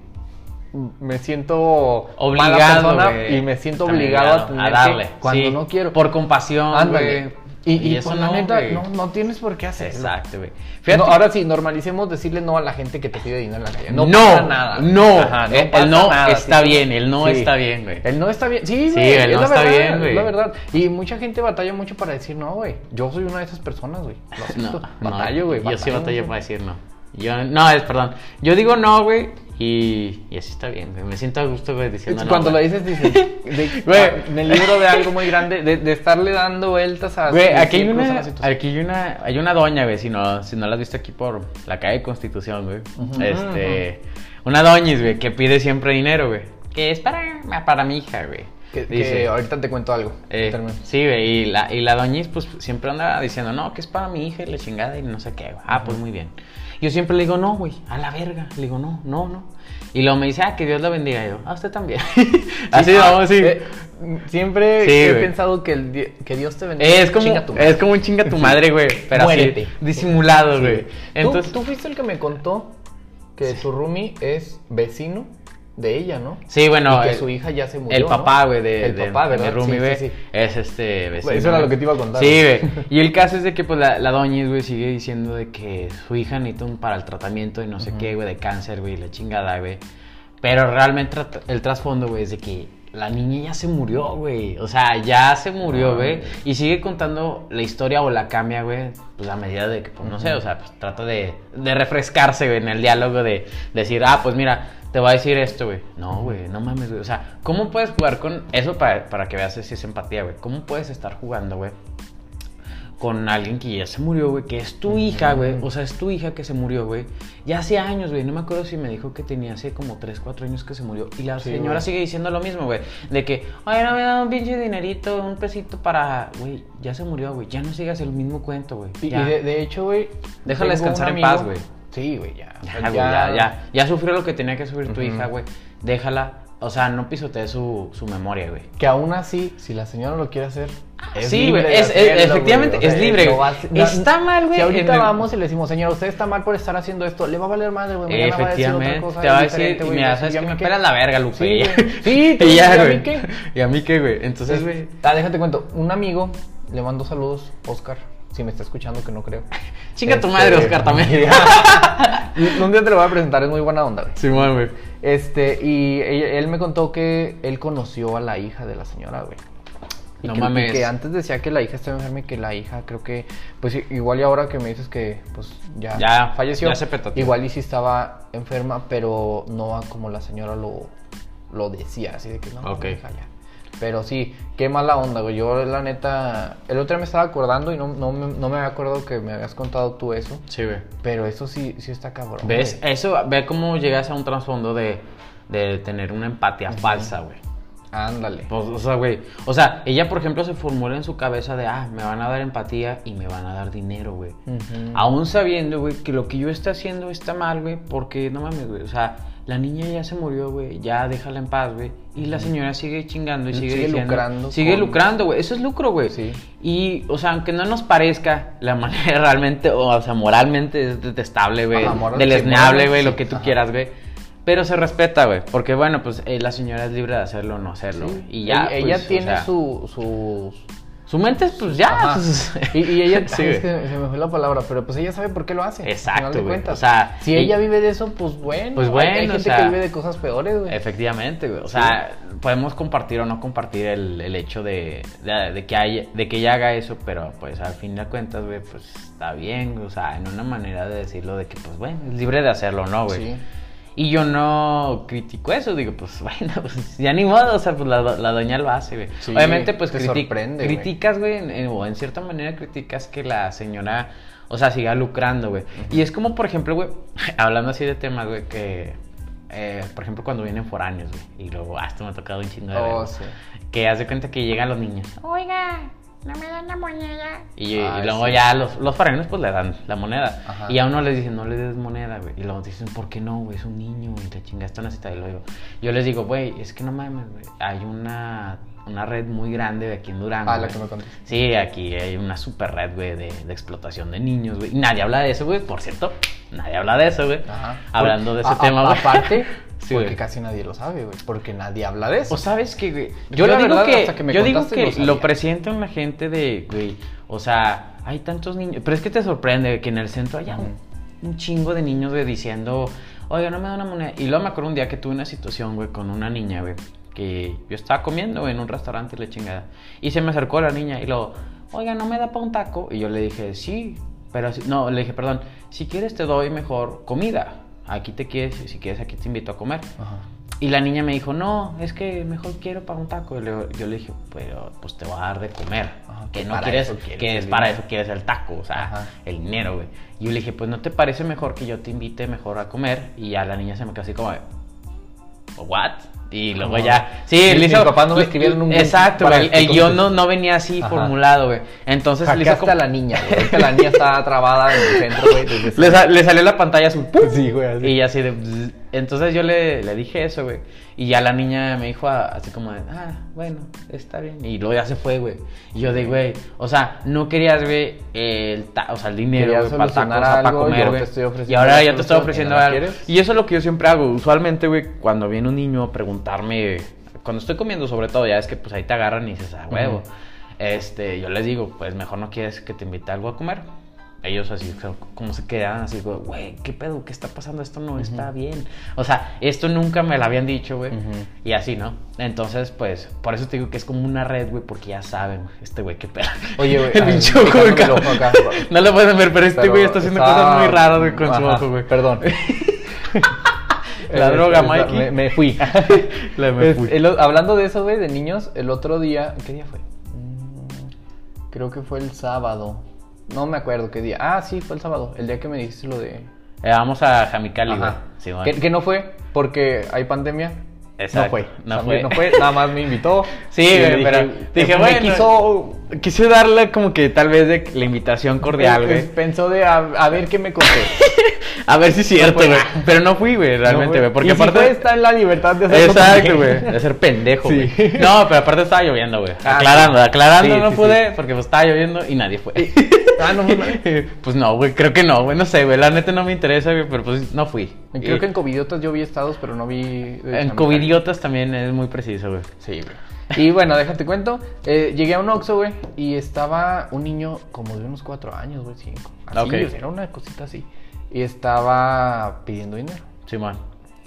"Mm, me siento mala Obligado, persona güey. y me siento También obligado a obligado tener que- darle. cuando sí. no quiero. Por compasión, Ándale. güey. Y, Y y, eso pues, la no, neta, güey. no, no tienes por qué hacerlo. Exacto, güey. No, que- ahora sí, normalicemos decirle no a la gente que te pide dinero en la calle. No, No, pasa nada. no. Eh, el pasa no está sí. bien, el no está bien, güey. El no está bien, sí, Sí, güey. el es no la está verdad, bien, güey. es La verdad. Y mucha gente batalla mucho para decir no, güey. Yo soy una de esas personas, güey. Lo acepto. No, batallo, güey. Yo sí batallo mucho. para decir no. Yo, no, es perdón. Yo digo no, güey. Y, y así está bien, güey. Me siento a gusto, güey, diciendo Es no. Cuando lo güey. dices, dices. de- Güey. en el libro de algo muy grande, de, de estarle dando vueltas a. Güey, de aquí hay círculos a una, la situación. aquí hay una, hay una doña, güey, si no, si no la has visto aquí por la calle Constitución, güey. Ujú. Este, una doñis, güey, que pide siempre dinero, güey. Que es para, para mi hija, güey. Que, que Dice, ahorita te cuento algo. eh, Termino. sí, güey, y la, y la doñis, pues, siempre anda diciendo, no, que es para mi hija y la chingada y no sé qué, güey. Ah, pues, muy bien. Yo siempre le digo, no, güey, a la verga. Le digo, no, no, no. Y luego me dice, ah, que Dios la bendiga. Y yo, ah, usted también. así, Sí, ah, vamos, sí. eh, siempre Sí, he güey. pensado que, el di- que Dios te bendiga. Es como, Chinga tu madre. es como un chinga tu madre, güey. Pero Muérete. así, disimulado, güey. Entonces, Entonces, ¿Tú, fuiste el que me contó que tu roomie es vecino de ella, ¿no? sí, bueno. y que el- su hija ya se murió. el ¿no? papá, güey, de, El de- papá, de mi ¿verdad? roomie, Sí, güey, sí, sí. es este vecino, Eso era güey. lo que te iba a contar, Sí, güey. güey. Y el caso es de que, pues, la, la doña, güey, sigue diciendo de que su hija necesita un para el tratamiento y no sé Ujú. qué, güey, de cáncer, güey, la chingada, güey. Pero realmente tra- el trasfondo, güey, es de que la niña ya se murió, güey. O sea, ya se murió, Ah, güey. güey. Y sigue contando la historia o la cambia, güey, pues a medida de que, pues no sé, o sea, pues trata de, de refrescarse, güey, en el diálogo de decir, ah, pues mira, te voy a decir esto, güey. No, güey, no mames, güey. O sea, ¿cómo puedes jugar con eso para, para que veas si es empatía, güey? ¿Cómo puedes estar jugando, güey? Con alguien que ya se murió, güey, que es tu hija, güey. O sea, es tu hija que se murió, güey. Ya hace años, güey. No me acuerdo si me dijo que tenía hace como 3, 4 años que se murió. Y la Sí, señora güey. sigue diciendo lo mismo, güey. De que, ay, no me da un pinche dinerito, un pesito para. Güey, ya se murió, güey. Ya no sigas el mismo cuento, güey. Y, y Ya. de, de hecho, güey. Déjala tengo un descansar en amigo- paz, güey. Sí, güey, ya. O Ya, sea, güey, ya, ya, ya sufrió lo que tenía que sufrir tu Ujú. hija, güey. Déjala. O sea, no pisotee su, su memoria, güey. Que aún así, si la señora lo quiere hacer. es sí, libre güey, de es- es- hacerlo, efectivamente, güey. O sea, eh, es libre, lo güey. va a- la- Está mal, güey, Si ahorita en el- vamos y le decimos, señora, usted está mal por estar haciendo esto, le va a valer madre, güey. mañana va a decir otra Efectivamente, cosa te va a diferente, decir, y güey, mira, yo sabes sí, que ya me me pela la verga, Lupe. Sí, y ya. güey. Sí, tú, y ya, ¿y a mí güey. qué? ¿Y a mí qué, güey? Entonces, Entonces, güey, ah, déjate cuento. Un amigo, le mando saludos, Oscar, si me está escuchando, que no creo. chinga tu Este, madre, Oscar, también. Un día te lo voy a presentar, es muy buena onda, güey. Simón, güey. Este, y e- él me contó que él conoció a la hija de la señora, güey. Y No que, y mames. que antes decía que la hija estaba enferma y que la hija, creo que, pues i- igual y ahora que me dices que, pues ya, Ya, falleció, ya se petateó. igual y sí estaba enferma, pero no a como la señora lo, lo decía, así de que no, Ok. mi hija ya. Pero sí, qué mala onda, güey. Yo, la neta, el otro día me estaba acordando y no, no, me, no me había acordado que me habías contado tú eso. Sí, güey. Pero eso sí, sí está cabrón. ¿Ves? güey. Eso, ve cómo llegas a un trasfondo de, de tener una empatía falsa, güey. Ándale. Pues, o sea, güey. O sea, ella, por ejemplo, se formula en su cabeza de, ah, me van a dar empatía y me van a dar dinero, güey. Ujú. Aún sabiendo, güey, que lo que yo estoy haciendo está mal, güey, porque no mames, güey. O sea, la niña ya se murió, güey, ya déjala en paz, güey. Y la señora sigue chingando y sigue, Sigue diciendo- lucrando Sigue con- lucrando, güey. Eso es lucro, güey. Sí. Y, o sea, aunque no nos parezca la manera realmente, o, sea, moralmente es detestable, güey. Ajá, moral- Deleznable, sí, güey, lo sí, que tú ajá. quieras, güey. Pero se respeta, güey. Porque, bueno, pues eh, la señora es libre de hacerlo o no hacerlo. Sí. güey. Y ya. Ella, ella pues, o tiene sea, su, sus- Su mente, pues ya. Ajá. pues, Ah, y, y ella. sí, ay, es güey. que se me fue la palabra, pero pues ella sabe por qué lo hace. al Exacto, final de güey. cuentas. O sea, si y- ella vive de eso, pues bueno. Pues hay- bueno, Hay, o gente sea, eh, que vive de cosas peores, güey. Efectivamente, güey. O sea, podemos compartir o no compartir el, el hecho de, de, de que haya- de que ella haga eso, pero pues al fin de cuentas, güey, pues está bien, güey. O sea, en una manera de decirlo de que, pues bueno, es libre de hacerlo, ¿no, güey? Sí. Y yo no critico eso, digo, pues bueno, pues, ya ni modo, o sea, pues la, do- la doña lo hace, güey. Sí, Obviamente, pues te criti- sorprende, güey. criticas, güey, en- en- o en cierta manera criticas que la señora, o sea, siga lucrando, güey. Y es como, por ejemplo, güey, hablando así de temas, güey, que, eh, por ejemplo, cuando vienen foráneos, güey, y luego, ah, esto me ha tocado un chingo de Oh, veces, sí. que hace cuenta que llegan los niños. Oiga, no me dan la moneda. Y, y Ay, luego sí. ya los, los foráneos pues le dan la moneda. Ajá. Y a uno les dicen, no le des moneda, güey. Y luego dicen, ¿por qué no, güey? Es un niño, güey. Te chingaste una cita. Y luego yo les digo, güey, es que no mames, güey. Hay una, una red muy grande de aquí en Durango. Ah, la güey. que me contaste. Sí, aquí hay una super red, güey, de, de explotación de niños, güey. Y nadie habla de eso, güey. Por cierto, nadie habla de eso, güey. Ajá. Hablando de ese A- a- tema, güey. Aparte, Sí, porque güey. casi nadie lo sabe, güey. Porque nadie habla de eso. O sabes que, güey, Yo yo, la digo verdad, que, hasta que me yo digo contaste, que no sabía. lo presiento en la gente de, güey, o sea, hay tantos niños, pero es que te sorprende que en el centro haya un, un chingo de niños, güey, diciendo, oiga, no me da una moneda. Y luego me acuerdo un día que tuve una situación, güey, con una niña, güey, que yo estaba comiendo, güey, en un restaurante y la chingada. Y se me acercó la niña y luego, oiga, no me da para un taco. Y yo le dije, sí, pero, si- no, le dije, perdón, si quieres te doy mejor comida. Aquí te quieres, si quieres aquí te invito a comer. Ajá. Y la niña me dijo, no, es que mejor quiero para un taco. Y le- yo le dije, pero pues te voy a dar de comer. Ajá, que que no Ah, pues para quieres, eso quieres que el es para dinero. eso quieres el taco, o sea, Ajá. el dinero, güey. Y yo le dije, pues no te parece mejor que yo te invite mejor a comer. Y a la niña se me quedó así como, de, ¿what? Y luego Como- ya. Sí, Ah, Sí, le mis hizo. papás no me escribieron un guión Exacto, para güey, que El guión no, contestes. no venía así Ajá. formulado, güey. Entonces le hizo Hackeaste como. a la niña, güey. Ahorita la niña está trabada en el centro, güey. desde Le, sa- le salió la pantalla azul. ¡pum! Sí, güey, así. Y ya así de. bzz. Entonces yo le, le dije eso, güey. Y ya la niña me dijo a- así como de, ah, bueno, está bien. Y luego ya se fue, güey. Y yo de, güey, o sea, no querías, güey, el, ta- o sea, el dinero, Querías güey, para tacos, solucionar o sea, para algo, comer, yo güey. te estoy ofreciendo Y ahora la ya te estoy solución y ofreciendo no la algo. quieres. Y eso es lo que yo siempre hago. Usualmente, güey, cuando viene un niño a preguntarme, cuando estoy comiendo sobre todo, ya es que pues ahí te agarran y dices, ah, huevo. Ujú. Este, yo les digo, pues mejor no quieres que te invite algo a comer. Ellos así, o sea, como se quedan así, güey, güey, ¿qué pedo? ¿Qué está pasando? Esto no está bien. O sea, esto nunca me lo habían dicho, güey. Ujú. Y así, ¿no? Entonces, pues, por eso te digo que es como una red, güey, porque ya saben, este güey, qué pedo. Oye, güey, El ay, pinche me ojo, picando güey, el ojo cabrón. acá. No lo pueden ver, pero este Pero güey está haciendo está- cosas muy raras, güey, con su Ajá, ojo, güey. Perdón. La Es- droga, es- Mikey. Me, me fui. La me Es- fui. el o- hablando de eso, güey, de niños, el otro día. ¿Qué día fue? Mm, Creo que fue el sábado. No me acuerdo qué día. Ah, sí, fue el sábado. El día que me dijiste lo de. Eh, vamos a Jamicali, güey. Ajá. Sí, güey. que, que no fue porque hay pandemia. Exacto, No fue. no También fue. No fue. Nada más me invitó. Sí, Y le güey, pero dije, me bueno, quiso Quise darle como que tal vez de eh". la invitación cordial, güey. Pensó de a, a ver qué me conté. A ver si es No cierto, fue. güey. Pero no fui, güey, realmente, güey. Porque aparte. está en la libertad de hacerlo Exacto, güey. también. De ser pendejo, Sí. güey. No, pero aparte estaba lloviendo, güey. Ah, aclarando, sí. aclarando Sí, no sí, pude porque pues, estaba lloviendo y nadie fue. Ah, no, no. Pues no, güey. Creo que no, güey. No sé, güey. La neta no me interesa, güey. Pero pues no fui. Creo Y que en Covidiotas yo vi estados, pero no vi. eh, en San Miguel. Covidiotas también es muy preciso, güey. Sí, güey. Y bueno, déjate cuento. eh, llegué a un Oxxo, güey, y estaba un niño como de unos cuatro años, güey, cinco. Así, Ok. o sea, era una cosita así. Y estaba pidiendo dinero. Simón.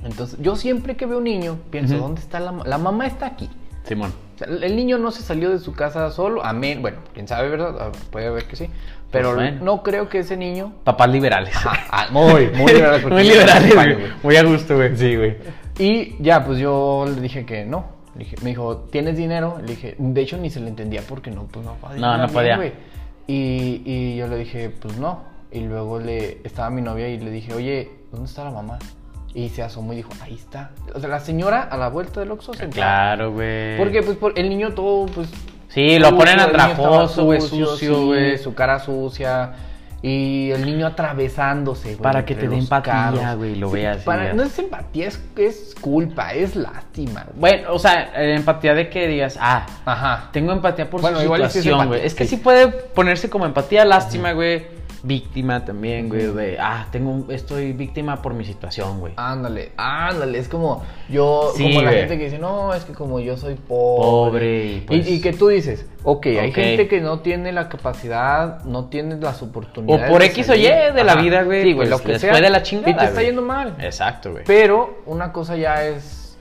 Entonces, yo siempre que veo un niño, pienso, Ujú. ¿dónde está la mamá? La mamá está aquí. Simón. O sea, el niño no se salió de su casa solo, a menos, bueno, quién sabe, ¿verdad? Ah, Puede haber que sí. Pero Pues bueno. no creo que ese niño Papás liberales. Ah, ah, muy, muy liberales. porque- muy liberales, Vale, güey. Muy a gusto, güey. Sí, güey. Y ya, pues yo le dije que no. Le dije- me dijo, ¿tienes dinero? Le dije, de hecho ni se le entendía porque no, pues no podía. No, no hablar bien, podía. güey. Y, y yo le dije, pues no. Y luego le estaba mi novia y le dije, oye, ¿dónde está la mamá? Y se asomó y dijo, ahí está. O sea, la señora a la vuelta del Oxxo se Claro, güey. Porque pues por, el niño todo, pues... Sí, lo ponen el niño estaba andrajoso, güey, sucio, sí, güey. Su cara sucia. Y el niño atravesándose, güey. Para que entre te dé los empatía, carros. güey, lo veas y para- veas. no es empatía, es, es culpa, es lástima. güey. Bueno, o sea, eh, empatía de que digas, ah, Ajá. tengo empatía por Bueno, su igual y sí es situación, güey. empatía, Es que sí sí. puede ponerse como empatía, lástima, güey. Víctima también, güey, de, ah, tengo, un- estoy víctima por mi situación, güey. Ándale, ándale, es como yo, Sí, como la güey. gente que dice, no, es que como yo soy Pobre pobre. y, pues- y, que tú dices, ok, hay Ok. gente que no tiene la capacidad, no tiene las o oportunidades. por de X o Y de salir. la Ajá. vida, güey. Sí, güey, pues, lo que les sea. fue de la chingada, Y te está güey. yendo mal. Exacto, güey. Pero una cosa ya es,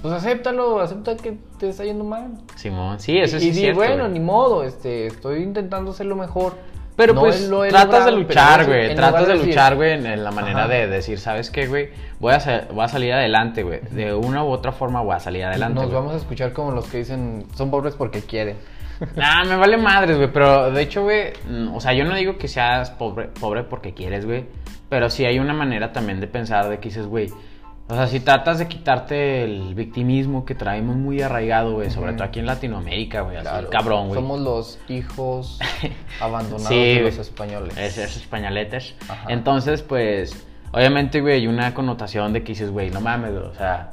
pues acéptalo, acepta que te está yendo mal. Simón, sí, eso y, sí y es di, cierto, bueno, güey. ni modo, este, estoy intentando hacer lo mejor. Pero No pues lo he tratas de logrado, pero luchar, eso, güey. en Tratas lugar de decir, luchar, güey, en, en la manera Ajá. de decir, ¿sabes qué, güey? Voy a, sa- voy a salir adelante, güey. De una u otra forma voy a salir adelante. Nos güey". vamos a escuchar como los que dicen, son pobres porque quieren. Nah, me vale madres, güey. Pero de hecho, güey, mm, o sea, yo no digo que seas pobre, pobre porque quieres, güey. Pero sí hay una manera también de pensar de que dices, güey. O sea, si tratas de quitarte el victimismo que traemos muy arraigado, güey, sobre Ujú. todo aquí en Latinoamérica, güey, así, Claro, cabrón, güey. Somos los hijos abandonados Sí, de güey. los españoles. Es, esos pañaletes. Ajá. Entonces, pues, obviamente, güey, hay una connotación de que dices, güey, no mames, güey, o sea,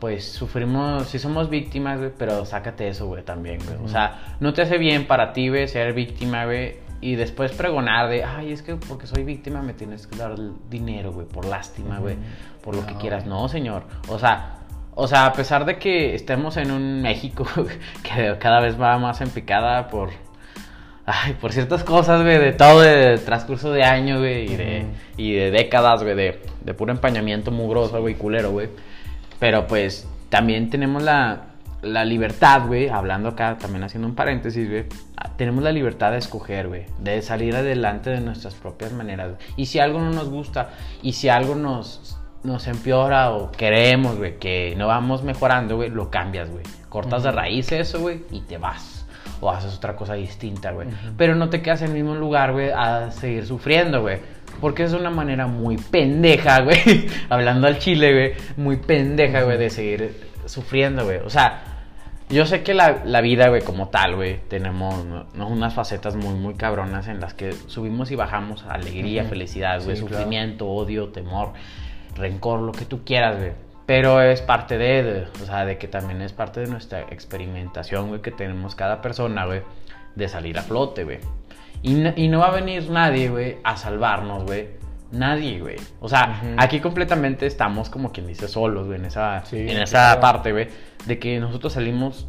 pues sufrimos, sí somos víctimas, güey, pero sácate eso, güey, también, güey. O sea, no te hace bien para ti, güey, ser víctima, güey. y después pregonar de, ay, es que porque soy víctima me tienes que dar el dinero, güey, por lástima, güey, por lo que No. quieras. No, señor. O sea, o sea, a pesar de que estemos en un México que cada vez va más en picada por ay, por ciertas cosas, güey, de todo el transcurso de año, güey, y de, y de décadas, güey, de, de puro empañamiento mugroso, güey, culero, güey. Pero pues también tenemos la, la libertad, güey, hablando acá, también haciendo un paréntesis, güey, ah, tenemos la libertad de escoger, güey, de salir adelante de nuestras propias maneras. güey. Y si algo no nos gusta, y si algo nos, nos empeora o queremos, güey, que no vamos mejorando, güey, lo cambias, güey. Cortas de raíz eso, güey, y te vas. O haces otra cosa distinta, güey. Pero no te quedas en el mismo lugar, güey, a seguir sufriendo, güey. Porque es una manera muy pendeja, güey. Hablando al chile, güey. Muy pendeja, güey, de seguir sufriendo, güey. O sea, yo sé que la, la vida, güey, como tal, güey, tenemos ¿no? ¿no? unas facetas muy, muy cabronas en las que subimos y bajamos alegría, Ujú. felicidad, güey, Sí, claro. sufrimiento, odio, temor, rencor, lo que tú quieras, güey. Pero es parte de, de- o sea, de que también es parte de nuestra experimentación, güey, que tenemos cada persona, güey, de salir a flote, güey. Y, no- y no va a venir nadie, güey, a salvarnos, güey. Nadie, güey. O sea, Ujú. aquí completamente estamos como quien dice solos, güey, en esa, Sí, en esa claro. parte, güey, de que nosotros salimos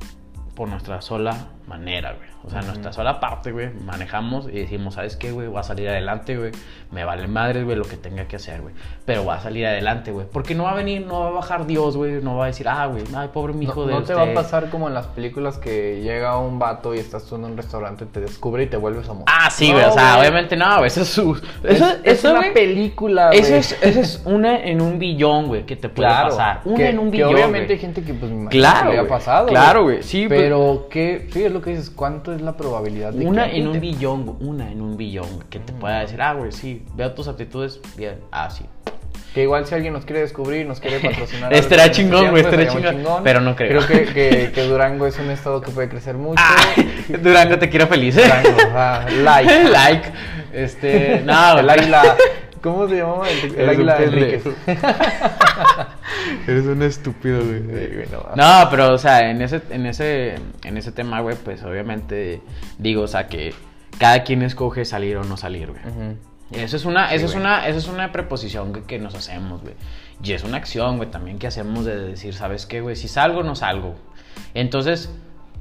por nuestra sola manera, güey. O sea, Ujú. nuestra sola parte, güey, manejamos y decimos, ¿sabes qué, güey? Voy a salir adelante, güey. Me vale madre, güey, lo que tenga que hacer, güey. Pero voy a salir adelante, güey. Porque no va a venir, no va a bajar Dios, güey. No va a decir, ah, güey, ay, pobre No, mijo de este". no te usted". va a pasar como en las películas que llega un vato y estás tú en un restaurante, te descubre y te vuelves a morir. Ah, sí, güey. No, o sea, güey. obviamente no, güey. Eso es su... Es, Eso, es eso, una güey, película, güey. Eso es, eso es una en un billón, güey, que te puede pasar. Una que, en un que billón. obviamente güey. hay gente que, pues, me imagino Claro, que le ha güey. pasado. Claro, güey. Sí, pues, pero que, sí, es lo que dices, ¿cuánto es la probabilidad de Mm. Una que en un billón billón, güey, una en un billón, güey, que te pueda decir, ah, güey, sí, veo tus actitudes bien, ah, sí. Que igual si alguien nos quiere descubrir, nos quiere patrocinar. Estará algo, chingón, güey, estaría estará muy chingón. Pero no creo. Creo que, que- que Durango es un estado que puede crecer mucho. Ah, Durango, te quiero feliz. Durango, ah, like. like. Este, no, el güey. águila. ¿Cómo se llamaba? El, el Eres un águila Enríquez. pendejo. Eres un estúpido, güey. No, pero, o sea, en ese, en ese, en ese tema, güey, pues obviamente digo, o sea, que cada quien escoge salir o no salir, güey. Ujú. Eso es una, eso es güey. una, eso es una preposición que, que nos hacemos, güey. Y es una acción, güey, también que hacemos de decir, ¿sabes qué, güey? Si salgo, no salgo. Entonces,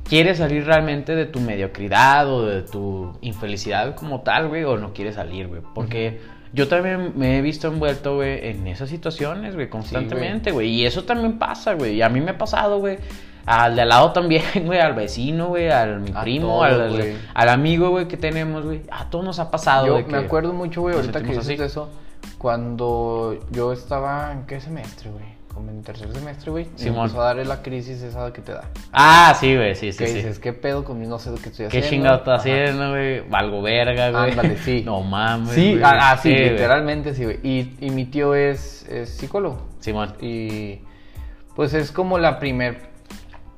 ¿quieres salir realmente de tu mediocridad o de tu infelicidad como tal, güey? ¿O no quieres salir, güey? Porque yo también me he visto envuelto, güey, en esas situaciones, güey, constantemente, güey. Y eso también pasa, güey. Y a mí me ha pasado, güey. Al de al lado también, güey, al vecino, güey, al mi A primo, todos, al, al- güey. al amigo, güey, que tenemos, güey. A todos nos ha pasado, Yo güey, me que- acuerdo mucho, güey, nos ahorita que sentimos dices así. de eso, cuando yo estaba en qué semestre, güey, como en tercer semestre, güey, me Simón. empezó a dar la crisis esa que te da. Ah, sí, güey, sí, sí, que sí. dices, ¿qué pedo con mi no sé lo que estoy ¿Qué haciendo? chingado está Ajá. haciendo, güey? Valgo verga, güey. Ándale, sí. No mames. Sí, güey. ah, ah, sí, güey. literalmente sí, güey. Y, y mi tío es, es psicólogo. Simón. Y pues es como la primer,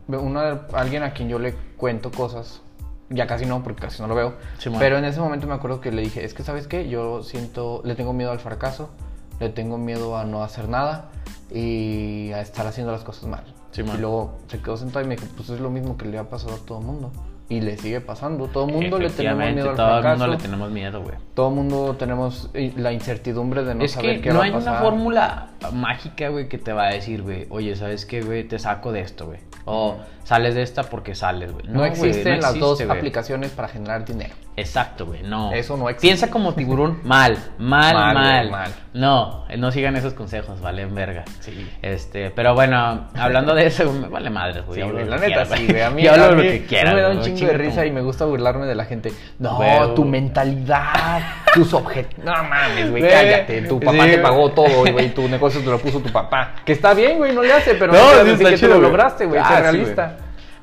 una, alguien a quien yo le cuento cosas. Ya casi no, porque casi no lo veo. Simón. Pero en ese momento me acuerdo que le dije, es que sabes qué, yo siento, le tengo miedo al fracaso, le tengo miedo a no hacer nada y a estar haciendo las cosas mal. Simón. Y luego se quedó sentado y me dijo, pues es lo mismo que le ha pasado a todo el mundo. Y le sigue pasando. Todo el mundo le tenemos Efectivamente, miedo al Todo fracaso. el mundo le tenemos miedo, güey. Todo el mundo tenemos eh, la incertidumbre de no es saber que qué no va hay a pasar. una fórmula mágica, güey, que te va a decir, güey, oye, ¿sabes qué, güey? Te saco de esto, güey. O sales de esta porque sales, güey. No, güey, existen las dos existe, güey. aplicaciones para generar dinero. Exacto, güey, no. Eso no existe. Piensa como tiburón, mal, mal, Mal, mal. güey, mal. No, eh, no sigan esos consejos, vale, en verga. Sí. Este, pero bueno, hablando de eso, me vale madre, güey. Sí, yo hablo güey, lo la que neta, quiera, sí, güey. A mí, Yo a hablo lo mí- que quiera. a mí me da güey, un chingo de chinga risa tu- y me gusta burlarme de la gente. No, Güey. tu mentalidad, tus objetivos. No mames, güey, Güey. cállate. Tu papá Sí, te güey. pagó todo, güey. Tu negocio te lo puso tu papá. Que está bien, güey, no le hace, pero No, no, te sí decir está que chido, tú lo güey. lograste, güey. Ah, sé sí, realista.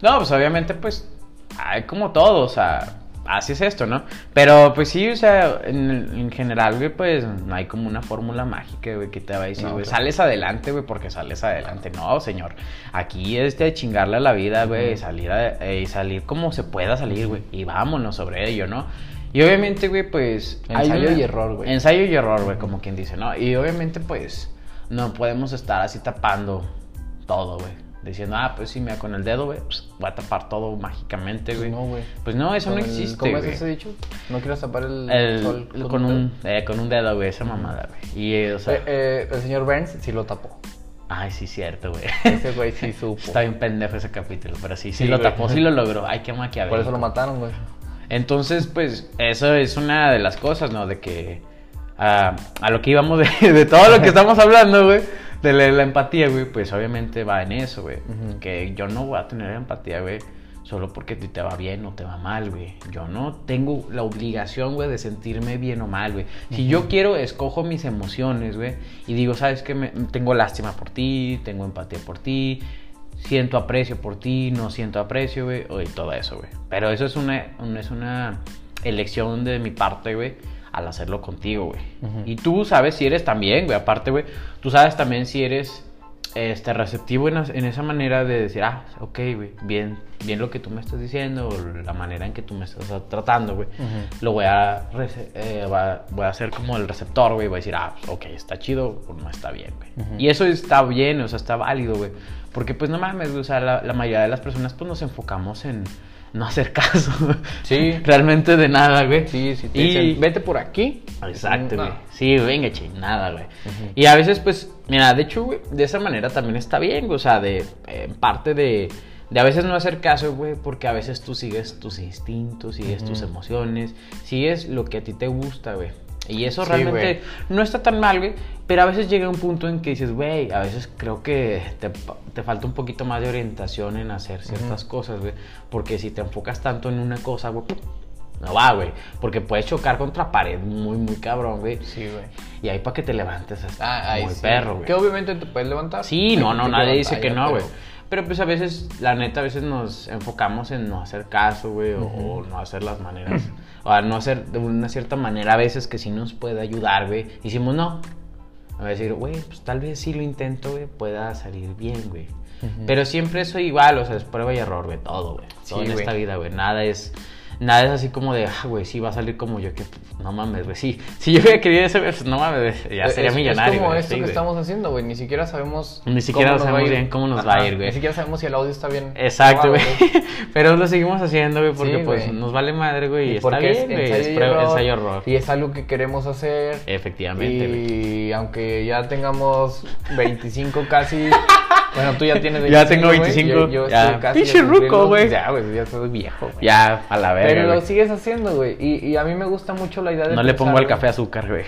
No, pues obviamente, pues, hay como todo, o sea, así es esto, ¿no? Pero, pues sí, o sea, en, en general, güey, pues, no hay como una fórmula mágica, güey, que te va a decir, No, güey, claro. sales adelante, güey, porque sales adelante. No, señor, aquí es de chingarle a la vida, güey, salir, a- eh, salir como se pueda salir, güey, y vámonos sobre ello, ¿no? Y obviamente, güey, pues... hay Ensayo una- y error, güey. Ensayo y error, güey, como quien dice, ¿no? Y obviamente, pues, no podemos estar así tapando todo, güey. diciendo, ah, pues sí, mira, con el dedo, güey, pues, voy a tapar todo mágicamente, güey. No, güey. Pues no, eso no Con el- existe, ¿Cómo es güey. ese dicho? No quieras tapar el, El- sol el- tu con, un, dedo. eh, con un dedo, güey, esa mamada, güey. Y, eh, o sea, Eh, eh, el señor Burns sí lo tapó. ay, sí, cierto, güey. Ese güey sí supo. Está bien pendejo ese capítulo, pero sí, sí, Sí, lo güey. tapó, sí lo logró. Ay, qué maquiavélico. Por eso lo mataron, güey. Entonces, pues, eso es una de las cosas, ¿no? De que ah, a lo que íbamos de, de todo lo que estamos hablando, güey, de la, la empatía, güey, pues obviamente va en eso, güey. Ujú. Que yo no voy a tener empatía, güey, solo porque a ti te va bien o te va mal, güey. Yo no tengo la obligación, güey, de sentirme bien o mal, güey. Si yo quiero, escojo mis emociones, güey, y digo, ¿sabes qué? Me- tengo lástima por ti, tengo empatía por ti, siento aprecio por ti, no siento aprecio, güey, o- y todo eso, güey. Pero eso es una, un- es una elección de mi parte, güey, al hacerlo contigo, güey. Ujú. Y tú sabes si eres también, güey, aparte, güey, tú sabes también si eres este, receptivo en, as- en esa manera de decir, ah, ok, güey, bien, bien lo que tú me estás diciendo, o la manera en que tú me estás tratando, güey. Ujú. Lo voy a, rece- eh, va- voy a hacer como el receptor, güey, voy a decir, ah, ok, está chido o no está bien, güey. Ujú. Y eso está bien, o sea, está válido, güey. Porque pues no mames, güey, o sea, la, la mayoría de las personas pues nos enfocamos en no hacer caso. Sí. Realmente de nada, güey. Sí, sí. Te Y- dicen, vete por aquí. Exacto, No. güey. Sí, venga, chingada, güey. Y a veces, pues, mira, de hecho, güey, de esa manera también está bien, güey. O sea, de, en parte de, de a veces no hacer caso, güey, porque a veces tú sigues tus instintos, sigues tus Ujú. emociones, sigues lo que a ti te gusta, güey. Y eso Sí, realmente güey. no está tan mal, güey. Pero a veces llega un punto en que dices, güey, a veces creo que te, pa- te falta un poquito más de orientación en hacer ciertas cosas, güey. Porque si te enfocas tanto en una cosa, güey, no va, güey. Porque puedes chocar contra pared muy, muy cabrón, güey. Sí, güey. Y ahí para que te levantes hasta Ah, ahí muy sí. perro, güey. Que obviamente te puedes levantar. Sí, no, no, Te nadie levantas, dice que ya, no, güey. pero- Pero pues a veces, la neta, a veces nos enfocamos en no hacer caso, güey, o, o no hacer las maneras, o a no hacer de una cierta manera a veces que sí nos puede ayudar, güey. Hicimos no. A decir, güey, pues tal vez si lo intento, güey, pueda salir bien, güey. Ujú. Pero siempre eso igual, o sea, es prueba y error, güey, todo, güey. Sí, Todo en güey. esta vida, güey. Nada es, nada es así como de, ah, güey, sí va a salir como yo, que no mames, güey. Sí, si yo hubiera querido eso, pues, no mames, güey, ya Eh, Es- sería es- millonario. Es como güey, esto sí, que güey. estamos haciendo, güey. Ni siquiera sabemos. Ni siquiera cómo nos va sabemos a ir. bien cómo nos va a ir, güey. Ni siquiera sabemos si el audio está bien. Exacto, güey. grabado, Pero lo seguimos haciendo, güey, porque Sí, pues güey. nos vale madre, güey. Y está Porque bien, güey. Es prueba- ensayo error. Y es algo que queremos hacer. Efectivamente, güey. Y aunque ya tengamos 25 casi. Bueno, tú ya tienes 25. Ya tengo güey, 25, Yo, yo ya. estoy casi. Pinche ruco, cumpliendo- güey. Ya, güey, ya estás viejo, güey. Ya, a la verga. pues, Pero lo güey. sigues haciendo, güey. Y, y a mí me gusta mucho la idea de. no le pongo pensar, al güey. café azúcar, güey.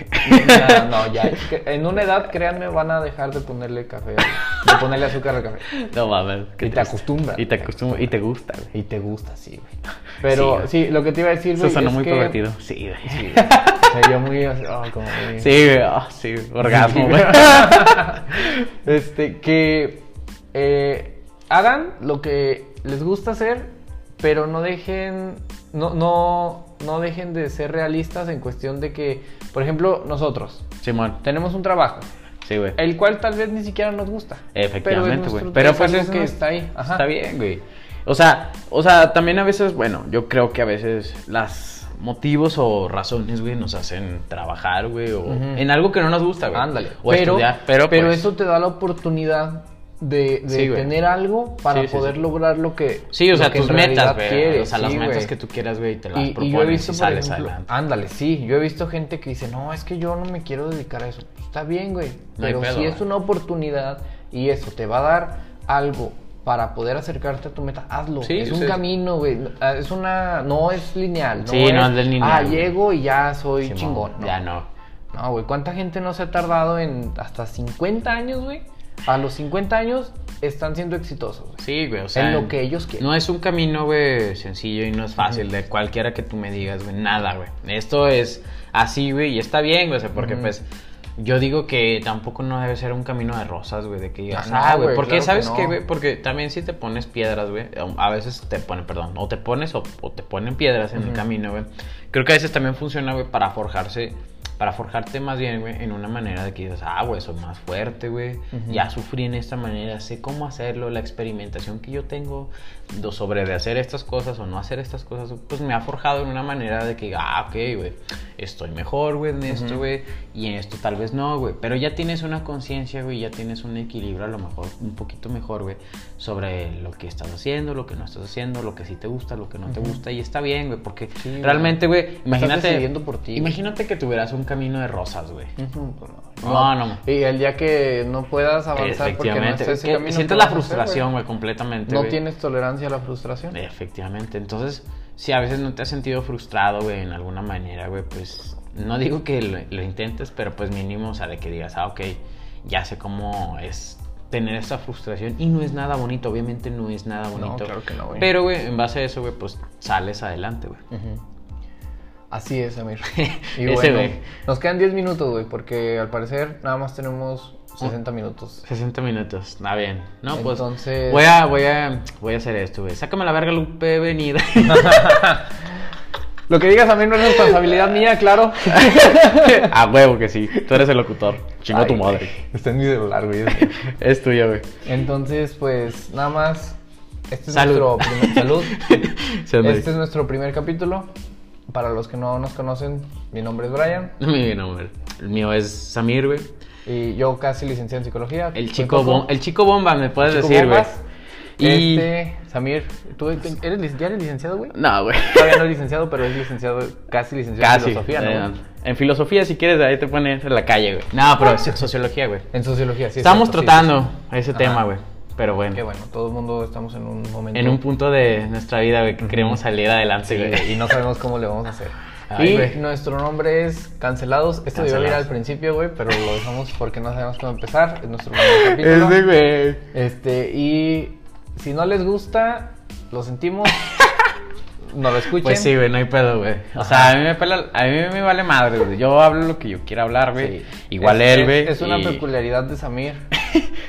Ya, no, ya. es que En una edad, créanme, van a dejar de ponerle café, de ponerle azúcar al café. No mames. qué Y te triste. acostumbras. Y te acostumbras. Y te gusta, güey. Y te gusta, sí, güey. Pero sí, lo que te iba a decir, Eso güey. sonó es muy que- pervertido. Sí, Sí, güey. güey. O sea, yo muy. oh, como muy- Sí, güey. ah, sí, orgasmo, Sí, güey. Este, que eh, hagan lo que les gusta hacer, pero no dejen, no, no, no dejen de ser realistas en cuestión de que, por ejemplo, nosotros Simón. tenemos un trabajo, Sí, güey. el cual tal vez ni siquiera nos gusta. Efectivamente, güey. Pero, Pero es nuestro- pues es algo es que nuestro- está ahí. Ajá. Está bien, güey. O sea, o sea, también a veces, bueno, yo creo que a veces las motivos o razones, güey, nos hacen trabajar, güey, o Ujú. en algo que no nos gusta, güey. Ándale. O pero estudiar, pero, pues, eso te da la oportunidad de, de Sí, güey. tener algo para Sí, sí, poder sí. lograr lo que Sí, o lo sea, que en tus metas, realidad güey. o quieres, sea, las sí, metas güey. que tú quieras, güey, y te las Y, y propones yo he visto, por y sales ejemplo, adelante. ah, ándale, sí, yo he visto gente que dice, no, es que yo no me quiero dedicar a eso. Pues está bien, güey, No hay pero pedo, si es güey. una oportunidad y eso te va a dar algo para poder acercarte a tu meta, hazlo. Sí, es un sí. camino, güey, ah, es una, no es lineal. No Sí, no es lineal, Ah, güey. llego y ya soy Simón, chingón. Ya no. No, güey, ¿cuánta gente no se ha tardado en hasta 50 años, güey? A los 50 años están siendo exitosos, güey. Sí, güey, o sea. En lo que ellos quieren. No es un camino, güey, sencillo y no es fácil de cualquiera que tú me digas, güey, nada, güey. Esto es así, güey, y está bien, güey, o sea, porque Ujú. pues yo digo que tampoco no debe ser un camino de rosas, güey, de que digas, no, ah, güey, güey, porque claro que sabes no. qué, güey, porque también si te pones piedras, güey, a veces te ponen, perdón, o te pones o, o te ponen piedras en el Ujú. camino, güey. Creo que a veces también funciona, güey, para forjarse Para forjarte más bien, güey, en una manera de que dices, ah, güey, soy más fuerte, güey. Ya sufrí en esta manera, sé cómo hacerlo. La experimentación que yo tengo do- sobre de hacer estas cosas o no hacer estas cosas, pues me ha forjado en una manera de que, ah, ok, güey, estoy mejor, güey, en esto, güey, y en esto tal vez no, güey. Pero ya tienes una conciencia, güey, ya tienes un equilibrio a lo mejor un poquito mejor, güey, sobre lo que estás haciendo, lo que no estás haciendo, lo que sí te gusta, lo que no te gusta, y está bien, güey, porque Sí, güey. realmente, güey, imagínate. decidiendo por ti, güey. Imagínate que tuvieras un camino de rosas, güey. Ujú, pues No, no. Y el día que no puedas avanzar porque no Efectivamente. estés ese Que camino. sientes ¿qué vas la a hacer, frustración, güey, completamente. güey? No güey. tienes tolerancia a la frustración. Efectivamente. Entonces, si a veces no te has sentido frustrado, güey, en alguna manera, güey, pues no digo que lo, lo intentes, pero pues mínimo, o sea, de que digas, ah, ok, ya sé cómo es tener esta frustración y no es nada bonito, obviamente no es nada bonito. claro que no, güey. Pero, güey, en base a eso, güey, pues sales adelante, güey. Ujú. Así es, Amir. Y Ese, bueno, güey. nos quedan 10 minutos, güey, porque al parecer nada más tenemos 60 minutos. 60 minutos, está bien. No, pues. Entonces- Voy a, voy a, voy a hacer esto, güey. Sácame la verga, Lupe, venida. Lo que digas, Amir, no es responsabilidad mía, claro. a huevo que sí. Tú eres el locutor. Chingo Ay, tu güey. madre. Está en mi celular, güey. es mío. Es tuyo, güey. Entonces, pues nada más. Este es Salud. nuestro primer salud. Se anda Este es nuestro primer capítulo. Para los que no nos conocen, mi nombre es Brian Mi nombre. El mío es Samir, güey. y yo casi licenciado en psicología. El Soy chico, Coco. bom- el chico bomba, me puedes Chico decir, güey. Bombas. Y. Pues- Este, Samir, ¿tú eres, lic- ya eres licenciado, güey? No, güey. Todavía no es licenciado, pero es licenciado, casi licenciado Casi. en filosofía, ¿no? Eh, En filosofía, si quieres, ahí te pones en la calle, güey. No, pero es sociología, güey. En sociología, sí. es Estamos cierto, sí, tratando sí, ese Ajá. tema, güey. Pero sí. bueno. Que bueno, todo el mundo estamos en un momento. en un punto de nuestra vida, güey, que queremos salir adelante, Sí, güey. y no sabemos cómo le vamos a hacer. Ay, y güey. nuestro nombre es Cancelados. Esto debió ir Cancelados. al principio, güey, pero lo dejamos porque no sabemos cómo empezar. Es nuestro primer capítulo. güey. Este, y si no les gusta, lo sentimos. no lo escuchen. Pues sí, güey, no hay pedo, güey. O sea, a mí me pela- a mí me vale madre, güey. Yo hablo lo que yo quiera hablar, güey. Sí. Igual Es- él, es- güey. Es, una y- peculiaridad de Samir.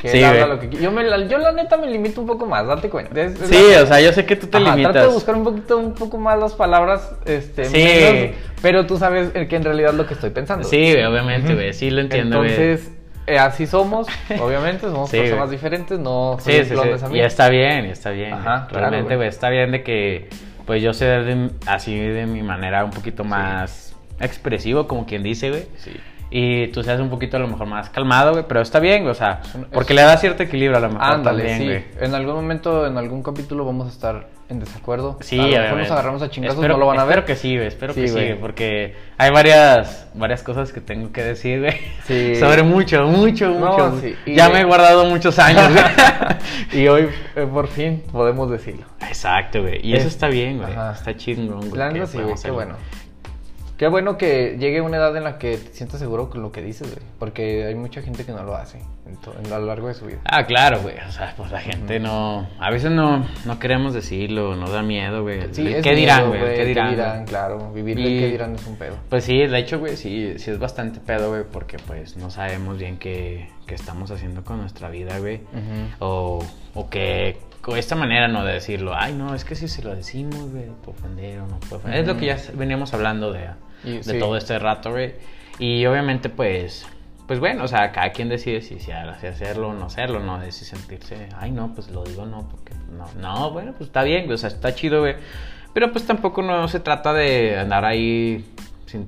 Que Sí, él habla güey. lo que qui- yo, me, la- yo la neta me limito un poco más, date cuenta. Es- es Sí, la- o sea, yo sé que tú te Ajá, limitas. Trata de buscar un poquito, un poco más las palabras, este, Sí. menos, pero tú sabes eh, que en realidad lo que estoy pensando. Sí, güey, obviamente, güey. Sí, lo entiendo, güey. Entonces, eh, así somos, obviamente, somos Sí, personas güey. diferentes, no soy sí, el sí, clon de sí. Samir. Y está bien, y está bien. Ajá, Ajá, claro, Realmente, güey. güey, está bien de que, pues yo sé de- así de mi manera un poquito más expresivo, como quien dice, güey. Sí. Y tú seas un poquito a lo mejor más calmado, güey, pero está bien, güey, o sea, un- porque le da cierto equilibrio a lo mejor Ándale, también, sí. güey. En algún momento, en algún capítulo vamos a estar en desacuerdo. Sí, a lo mejor nos obviamente. agarramos a chingazos, Espero- no lo van a ver. Espero que sí, güey, espero Sí, que sí, güey. güey, porque hay varias, varias cosas que tengo que decir, güey. Sí. Sobre mucho, mucho, No, mucho. sí, y Ya de- me he guardado muchos años, güey. Y hoy, eh, por fin, podemos decirlo. Exacto, güey. Y eso Es- está bien, güey. Ajá. Está chingón, güey. La que neta sí, güey, podamos qué hacerlo. bueno. Qué bueno que llegue una edad en la que te sientas seguro con lo que dices, güey. Porque hay mucha gente que no lo hace en to- en- a lo largo de su vida. Ah, claro, güey. O sea, pues la gente no. A veces no, no queremos decirlo, nos da miedo, güey. Sí, El es ¿Qué miedo, dirán, güey? El ¿Qué dirán? güey? Claro, vivir Y- del qué dirán es un pedo. Pues sí, de hecho, güey, sí, sí es bastante pedo, güey, porque pues no sabemos bien qué, qué estamos haciendo con nuestra vida, güey. O, o que o esta manera no de decirlo, ay, no, es que si se lo decimos, güey, puede ofender o no puede ofender. Es lo que ya s- veníamos hablando de, Y- de sí. todo este rato, güey. Y obviamente, pues, pues bueno, o sea, cada quien decide si, si ha- si hacerlo o no hacerlo, ¿no? De si sentirse, ay, no, pues lo digo, no, porque no, no, bueno, pues está bien, güey, o sea, está chido, güey. Pero pues tampoco no se trata de andar ahí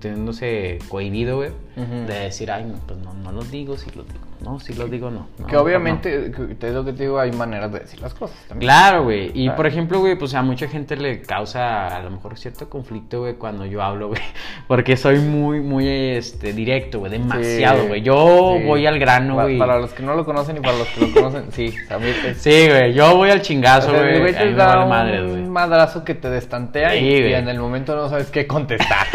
sintiéndose cohibido, güey. Ujú. De decir, ay, no, pues no, no lo digo, si lo digo, no, si lo digo, no. no, que no". obviamente, que- te es lo que te digo, hay maneras de decir las cosas también. Claro, güey. Y Claro. por ejemplo, güey, pues a mucha gente le causa a lo mejor cierto conflicto, güey, cuando yo hablo, güey. Porque soy muy, muy este, directo, güey. Demasiado, Sí, güey. Yo sí. voy al grano, Pa- güey. Para los que no lo conocen y para los que lo conocen, sí, Samir es- Sí, güey. Yo voy al o sea, chingazo, el güey. güey a mí te me da vale un madres, güey. madrazo que te destantea y, Sí, y güey. en el momento no sabes qué contestar.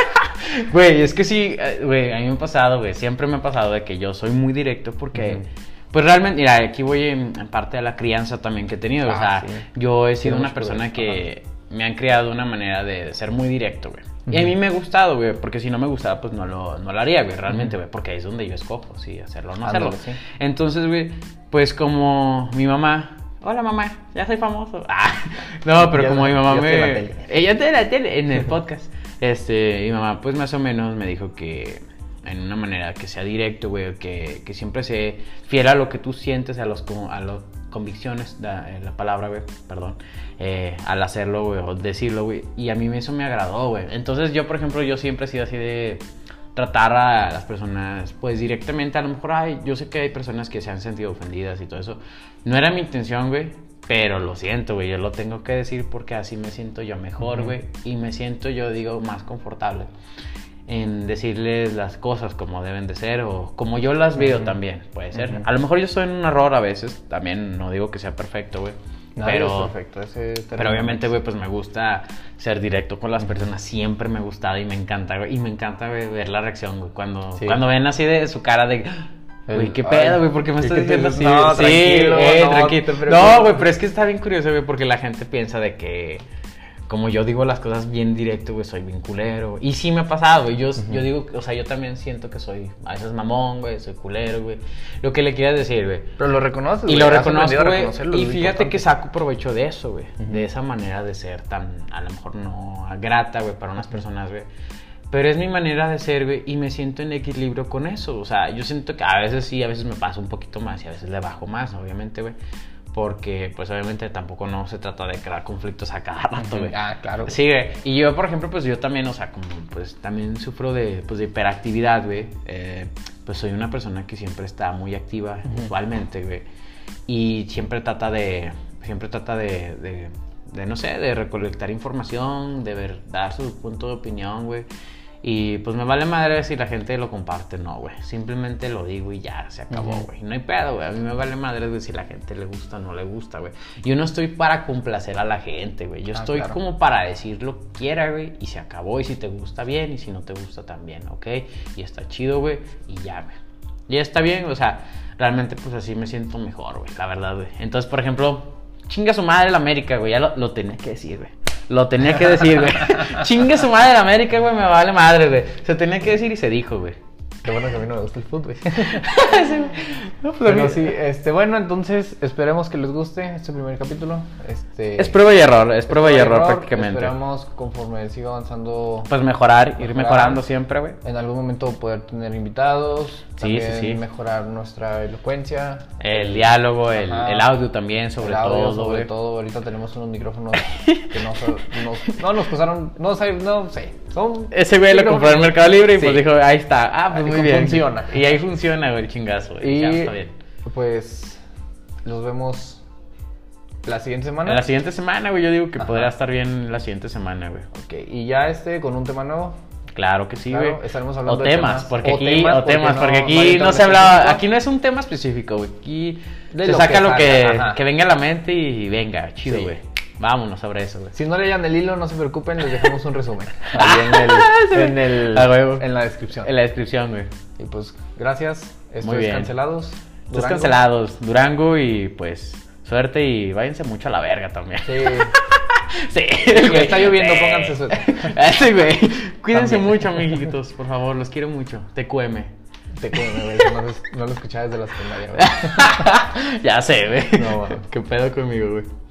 Güey, es que sí, eh, güey, a mí me ha pasado, güey, siempre me ha pasado de que yo soy muy directo porque, Ujú. pues realmente, mira, aquí voy en, en parte a la crianza también que he tenido, o Ah, sea, sí. yo he sido Tiene una mucho que persona ver, que me han criado de una manera de, de ser muy directo, güey. Y a mí me ha gustado, güey, porque si no me gustaba, pues no lo, no lo haría, güey, realmente, güey, porque ahí es donde yo escojo, sí, hacerlo o no Ándale, hacerlo. sí. Entonces, güey, pues como mi mamá, hola mamá, ya soy famoso. Ah, no, pero Ya como no, mi mamá ya me... estoy Eh, en la tele. Ella te la tele en el podcast. Este, mi mamá, pues más o menos me dijo que en una manera que sea directo, güey, que, que siempre se fiel a lo que tú sientes, a los co- a las convicciones, da- eh, la, palabra, güey, perdón, eh, al hacerlo, güey, o decirlo, güey. Y a mí eso me agradó, güey. Entonces yo, por ejemplo, yo siempre he sido así de tratar a las personas, pues directamente, a lo mejor, ay, yo sé que hay personas que se han sentido ofendidas y todo eso. No era mi intención, güey, pero lo siento, güey, yo lo tengo que decir porque así me siento yo mejor, Ujú. güey. Y me siento, yo digo, más confortable en decirles las cosas como deben de ser o como yo las veo Ujú. también, puede ser. Ujú. A lo mejor yo estoy en un error a veces, también no digo que sea perfecto, güey. Nadie Pero, es perfecto, ese pero término obviamente, no güey, pues me gusta ser directo con las personas. Siempre me ha gustado y me encanta, güey. Y me encanta, güey, ver la reacción, güey. Cuando, Sí. cuando ven así de su cara de... Güey, El- qué ay, pedo, güey, ¿por qué ¿y me estás qué te diciendo así? dices? No, sí, tranquilo, eh, no, tranquilo. te preocupes. No, güey, pero es que está bien curioso, güey, porque la gente piensa de que... Como yo digo las cosas bien directo, güey, soy bien culero. Y sí me ha pasado, güey. Yo, yo digo, o sea, yo también siento que soy a veces mamón, güey, soy culero, güey. Lo que le quieras decir, güey. Pero lo reconoces, Y güey, lo has reconozco, aprendido a güey. reconocerlo, Y es lo fíjate que importante. saco provecho de eso, güey. Ujú. De esa manera de ser tan, a lo mejor no grata, güey, para unas personas, güey. Pero es mi manera de ser, güey, y me siento en equilibrio con eso. O sea, yo siento que a veces sí, a veces me paso un poquito más y a veces le bajo más, obviamente, güey. Porque, pues, obviamente tampoco no se trata de crear conflictos a cada rato, güey. Ah, claro. Sí, güey. Y yo, por ejemplo, pues yo también, o sea, como pues también sufro de, pues, de hiperactividad, güey. Eh, pues soy una persona que siempre está muy activa usualmente, güey. Y siempre trata de, siempre trata de, de, de, no sé, de recolectar información, de ver, dar su punto de opinión, güey. Y pues me vale madre si la gente lo comparte, no, güey. Simplemente lo digo y ya, se acabó, Ujú. güey. No hay pedo, güey. A mí me vale madre, güey, si la gente le gusta o no le gusta, güey. Yo no estoy para complacer a la gente, güey. Yo Ah, estoy claro. como para decir lo que quiera, güey. Y se acabó. Y si te gusta bien, y si no te gusta también, ¿ok? Y está chido, güey. Y ya, güey. Ya está bien, o sea, realmente pues así me siento mejor, güey. La verdad, güey. Entonces, por ejemplo, chinga su madre la América, güey. Ya lo, lo tenía que decir, güey. Lo tenía que decir, güey. chinga su madre la América, güey. Me vale madre, güey. Se tenía que decir y se dijo, güey. Qué bueno que a mí no me gusta el fútbol. No, pues, a Pero mí- sí, este, bueno, entonces esperemos que les guste este primer capítulo. Este, Es prueba y error, es prueba y error prácticamente. Esperamos conforme siga avanzando Pues mejorar, ir Mejorar. mejorando siempre, güey. en algún momento poder tener invitados, Sí, sí, también sí. mejorar nuestra elocuencia, El diálogo, el, Ajá. el audio también, sobre el audio, todo, sobre güey. todo. Ahorita tenemos unos micrófonos que no, so- nos, no nos costaron, no sé, no sé, son Ese güey lo compró en Mercado Libre y Sí. pues dijo, ahí está. Ah, pues Ahí muy bien. funciona. Y ahí funciona, güey, el chingazo. güey. Y Ya está bien. pues los vemos la siguiente semana. En la siguiente semana, güey, yo digo que Ajá. podría estar bien la siguiente semana, güey. Ok, y ya este con un tema nuevo. Claro que sí, Claro, güey. estaremos hablando o de temas, temas. porque O aquí, temas, o temas, porque no- porque no hay aquí no tan se hablaba, específico. aquí no es un tema específico, güey. Aquí De se lo saca que lo que, salga, ajá. que venga a la mente y venga, chido, Sí. güey. Vámonos sobre eso, güey. Si no leían el hilo, no se preocupen, les dejamos un resumen. Ahí en, el, en, el- A huevo. en la descripción. En la descripción, güey. Y pues, gracias. Esto Muy es bien. Cancelados. Estos Durango. cancelados, Durango y pues suerte y váyanse mucho a la verga también. Sí. Sí, Y güey. está lloviendo, Sí. pónganse suéter. Sí, güey. Cuídense También. mucho, amiguitos, por favor, los quiero mucho. Te cueme. Te come, güey, que no, lo- no lo escuchaba desde la secundaria, güey. ya sé, güey. No, bueno. Qué pedo conmigo, güey.